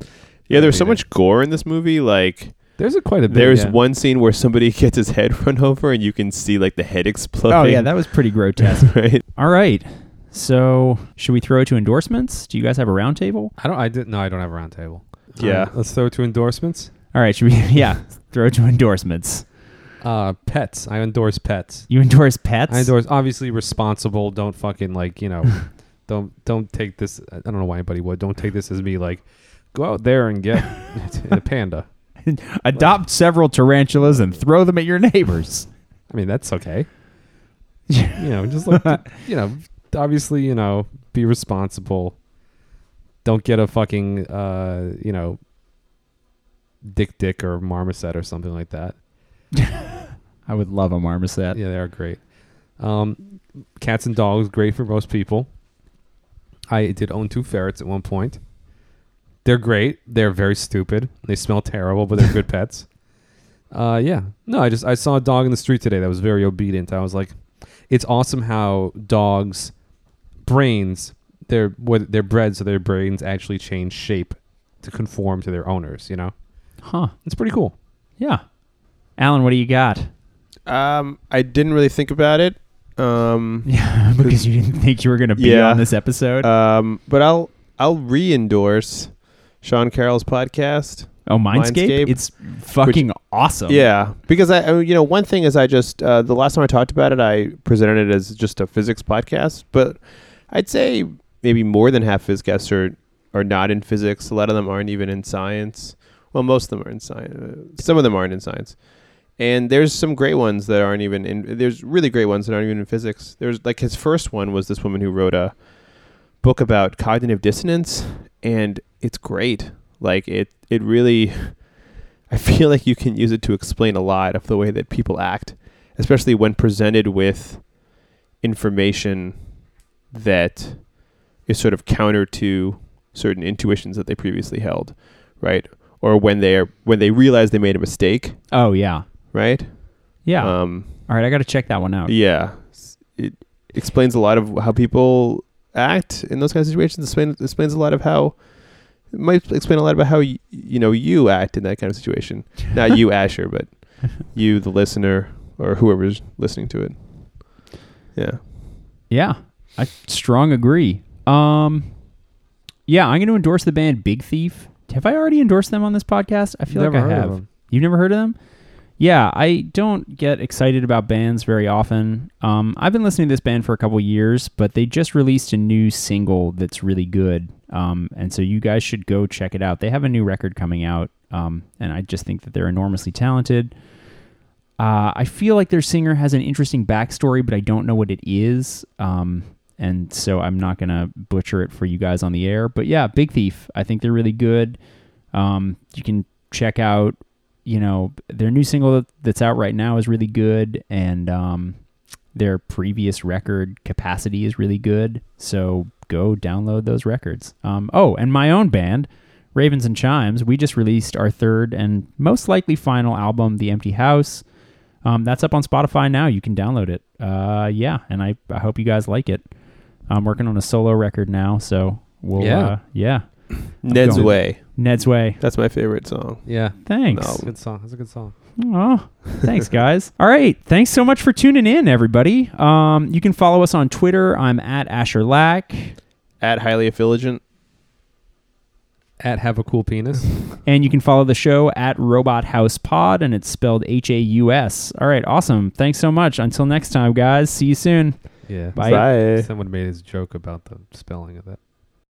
[SPEAKER 7] yeah, there's so
[SPEAKER 5] Yeah.
[SPEAKER 7] much gore in this movie. Like,
[SPEAKER 5] There's a quite a bit.
[SPEAKER 7] there's
[SPEAKER 5] yeah.
[SPEAKER 7] one scene where somebody *laughs* gets his head run over, and you can see like the head exploding.
[SPEAKER 6] oh
[SPEAKER 7] *laughs*
[SPEAKER 6] yeah, that was pretty grotesque.
[SPEAKER 7] right.
[SPEAKER 6] All right. So, should we throw it to endorsements? Do you guys have a roundtable?
[SPEAKER 5] I don't. I didn't. No, I don't have a round table.
[SPEAKER 7] Yeah.
[SPEAKER 5] Um, let's throw it to endorsements.
[SPEAKER 6] All right, should we? *laughs* Yeah, throw it to endorsements.
[SPEAKER 5] Uh, pets. I endorse pets.
[SPEAKER 6] You endorse pets?
[SPEAKER 5] I endorse obviously responsible. Don't fucking like you know,
[SPEAKER 7] *laughs*
[SPEAKER 5] don't don't take this. I don't know why anybody would. Don't take this as me like, go out there
[SPEAKER 7] *laughs*
[SPEAKER 5] and get a panda.
[SPEAKER 6] Adopt several tarantulas and throw them at your neighbors. *laughs*
[SPEAKER 5] I mean, that's okay. you know,
[SPEAKER 7] *laughs*
[SPEAKER 5] just like you know, obviously, you know, be responsible. Don't get a fucking uh, you know, dick dick or marmoset or something like that.
[SPEAKER 6] I would love a
[SPEAKER 5] *laughs*
[SPEAKER 6] marmoset.
[SPEAKER 5] Yeah, they are great. Um, cats and dogs, great for most people. I did own two ferrets at one point. They're great. They're very stupid. They smell terrible, but they're *laughs* good pets. Uh, yeah. No, I just I saw a dog in the street today that was very obedient. I was like, it's awesome how dogs' brains they're what they're bred so their brains actually change shape to conform to their owners. You know,
[SPEAKER 6] Huh.
[SPEAKER 5] it's pretty cool.
[SPEAKER 6] Yeah. Alan, what do you got? *laughs*
[SPEAKER 7] Um, I didn't really think about it. Um,
[SPEAKER 6] Yeah,
[SPEAKER 5] *laughs*
[SPEAKER 6] because you didn't think you were going to be
[SPEAKER 7] Yeah.
[SPEAKER 6] on this episode.
[SPEAKER 5] Uh,
[SPEAKER 7] um, but I'll I'll re-endorse Sean Carroll's podcast.
[SPEAKER 6] oh, Mindscape?
[SPEAKER 7] Mindscape,
[SPEAKER 6] It's fucking awesome.
[SPEAKER 7] Yeah, because I, I- you know, one thing is I just uh, the last time I talked about it, I presented it as just a physics podcast, but I'd say maybe more than half physicists are are not in physics. A lot of them aren't even in science. Well, most of them are in science. Some of them aren't in science. And there's some great ones that aren't even in. There's really great ones that aren't even in physics. There's like his first one was this woman who wrote a book about cognitive dissonance, and it's great. Like it, it really. I feel like you can use it to explain a lot of the way that people act, especially when presented with information that is sort of counter to certain intuitions that they previously held, right? Or when they are when they realize they made a mistake,
[SPEAKER 6] Oh, yeah.
[SPEAKER 7] right?
[SPEAKER 6] Yeah.
[SPEAKER 5] Uh,
[SPEAKER 7] Um,
[SPEAKER 6] All right, I got to check that one out.
[SPEAKER 7] yeah, S- it explains a lot of how people act in those kind of situations. Explain, explains a lot of how it might explain a lot about how you, you know you act in that kind of
[SPEAKER 6] *laughs*
[SPEAKER 7] situation. Not you, Asher, but you, the listener, or whoever's listening to it. Yeah,
[SPEAKER 6] Yeah, I strong agree. Um, yeah, I'm going to endorse the band Big Thief. Have I already endorsed them on this podcast? I feel
[SPEAKER 5] Never
[SPEAKER 6] like I
[SPEAKER 5] heard of
[SPEAKER 6] have.
[SPEAKER 5] them.
[SPEAKER 6] You've never heard of them? Yeah, I don't get excited about bands very often. Um, I've been listening to this band for a couple years, but they just released a new single that's really good. Um, and so you guys should go check it out. They have a new record coming out, um, and I just think that they're enormously talented. Uh, I feel like their singer has an interesting backstory, but I don't know what it is. Um, and so I'm not going to butcher it for you guys on the air. But yeah, Big Thief. I think they're really good. Um, you can check out, you know, their new single that- that's out right now is really good. And um, their previous record, Capacity, is really good. So go download those records. Um, oh, and my own band, Ravens and Chimes, we just released our third and most likely final album, The Empty House. Um, that's up on Spotify now. You can download it. Uh, yeah, and I, I hope you guys like it. I'm working on a solo record now, so we'll
[SPEAKER 5] Yeah.
[SPEAKER 6] uh, yeah.
[SPEAKER 7] Ned's
[SPEAKER 6] going-
[SPEAKER 7] Way.
[SPEAKER 6] Ned's way.
[SPEAKER 7] That's my favorite song.
[SPEAKER 5] Yeah,
[SPEAKER 6] Thanks.
[SPEAKER 7] No.
[SPEAKER 5] good song. That's a good song.
[SPEAKER 6] Oh, thanks, guys. *laughs* All right. Thanks so much for tuning in, everybody. Um, you can follow us on Twitter. I'm at Asher Lack.
[SPEAKER 7] At highly affiligent.
[SPEAKER 5] At have a cool *laughs* penis.
[SPEAKER 6] And you can follow the show at Robot House Pod, and it's spelled H A U S. All right. Awesome. Thanks so much. Until next time, guys. See you soon.
[SPEAKER 5] Yeah.
[SPEAKER 6] Bye.
[SPEAKER 7] Bye.
[SPEAKER 5] Someone made his joke about the spelling of that.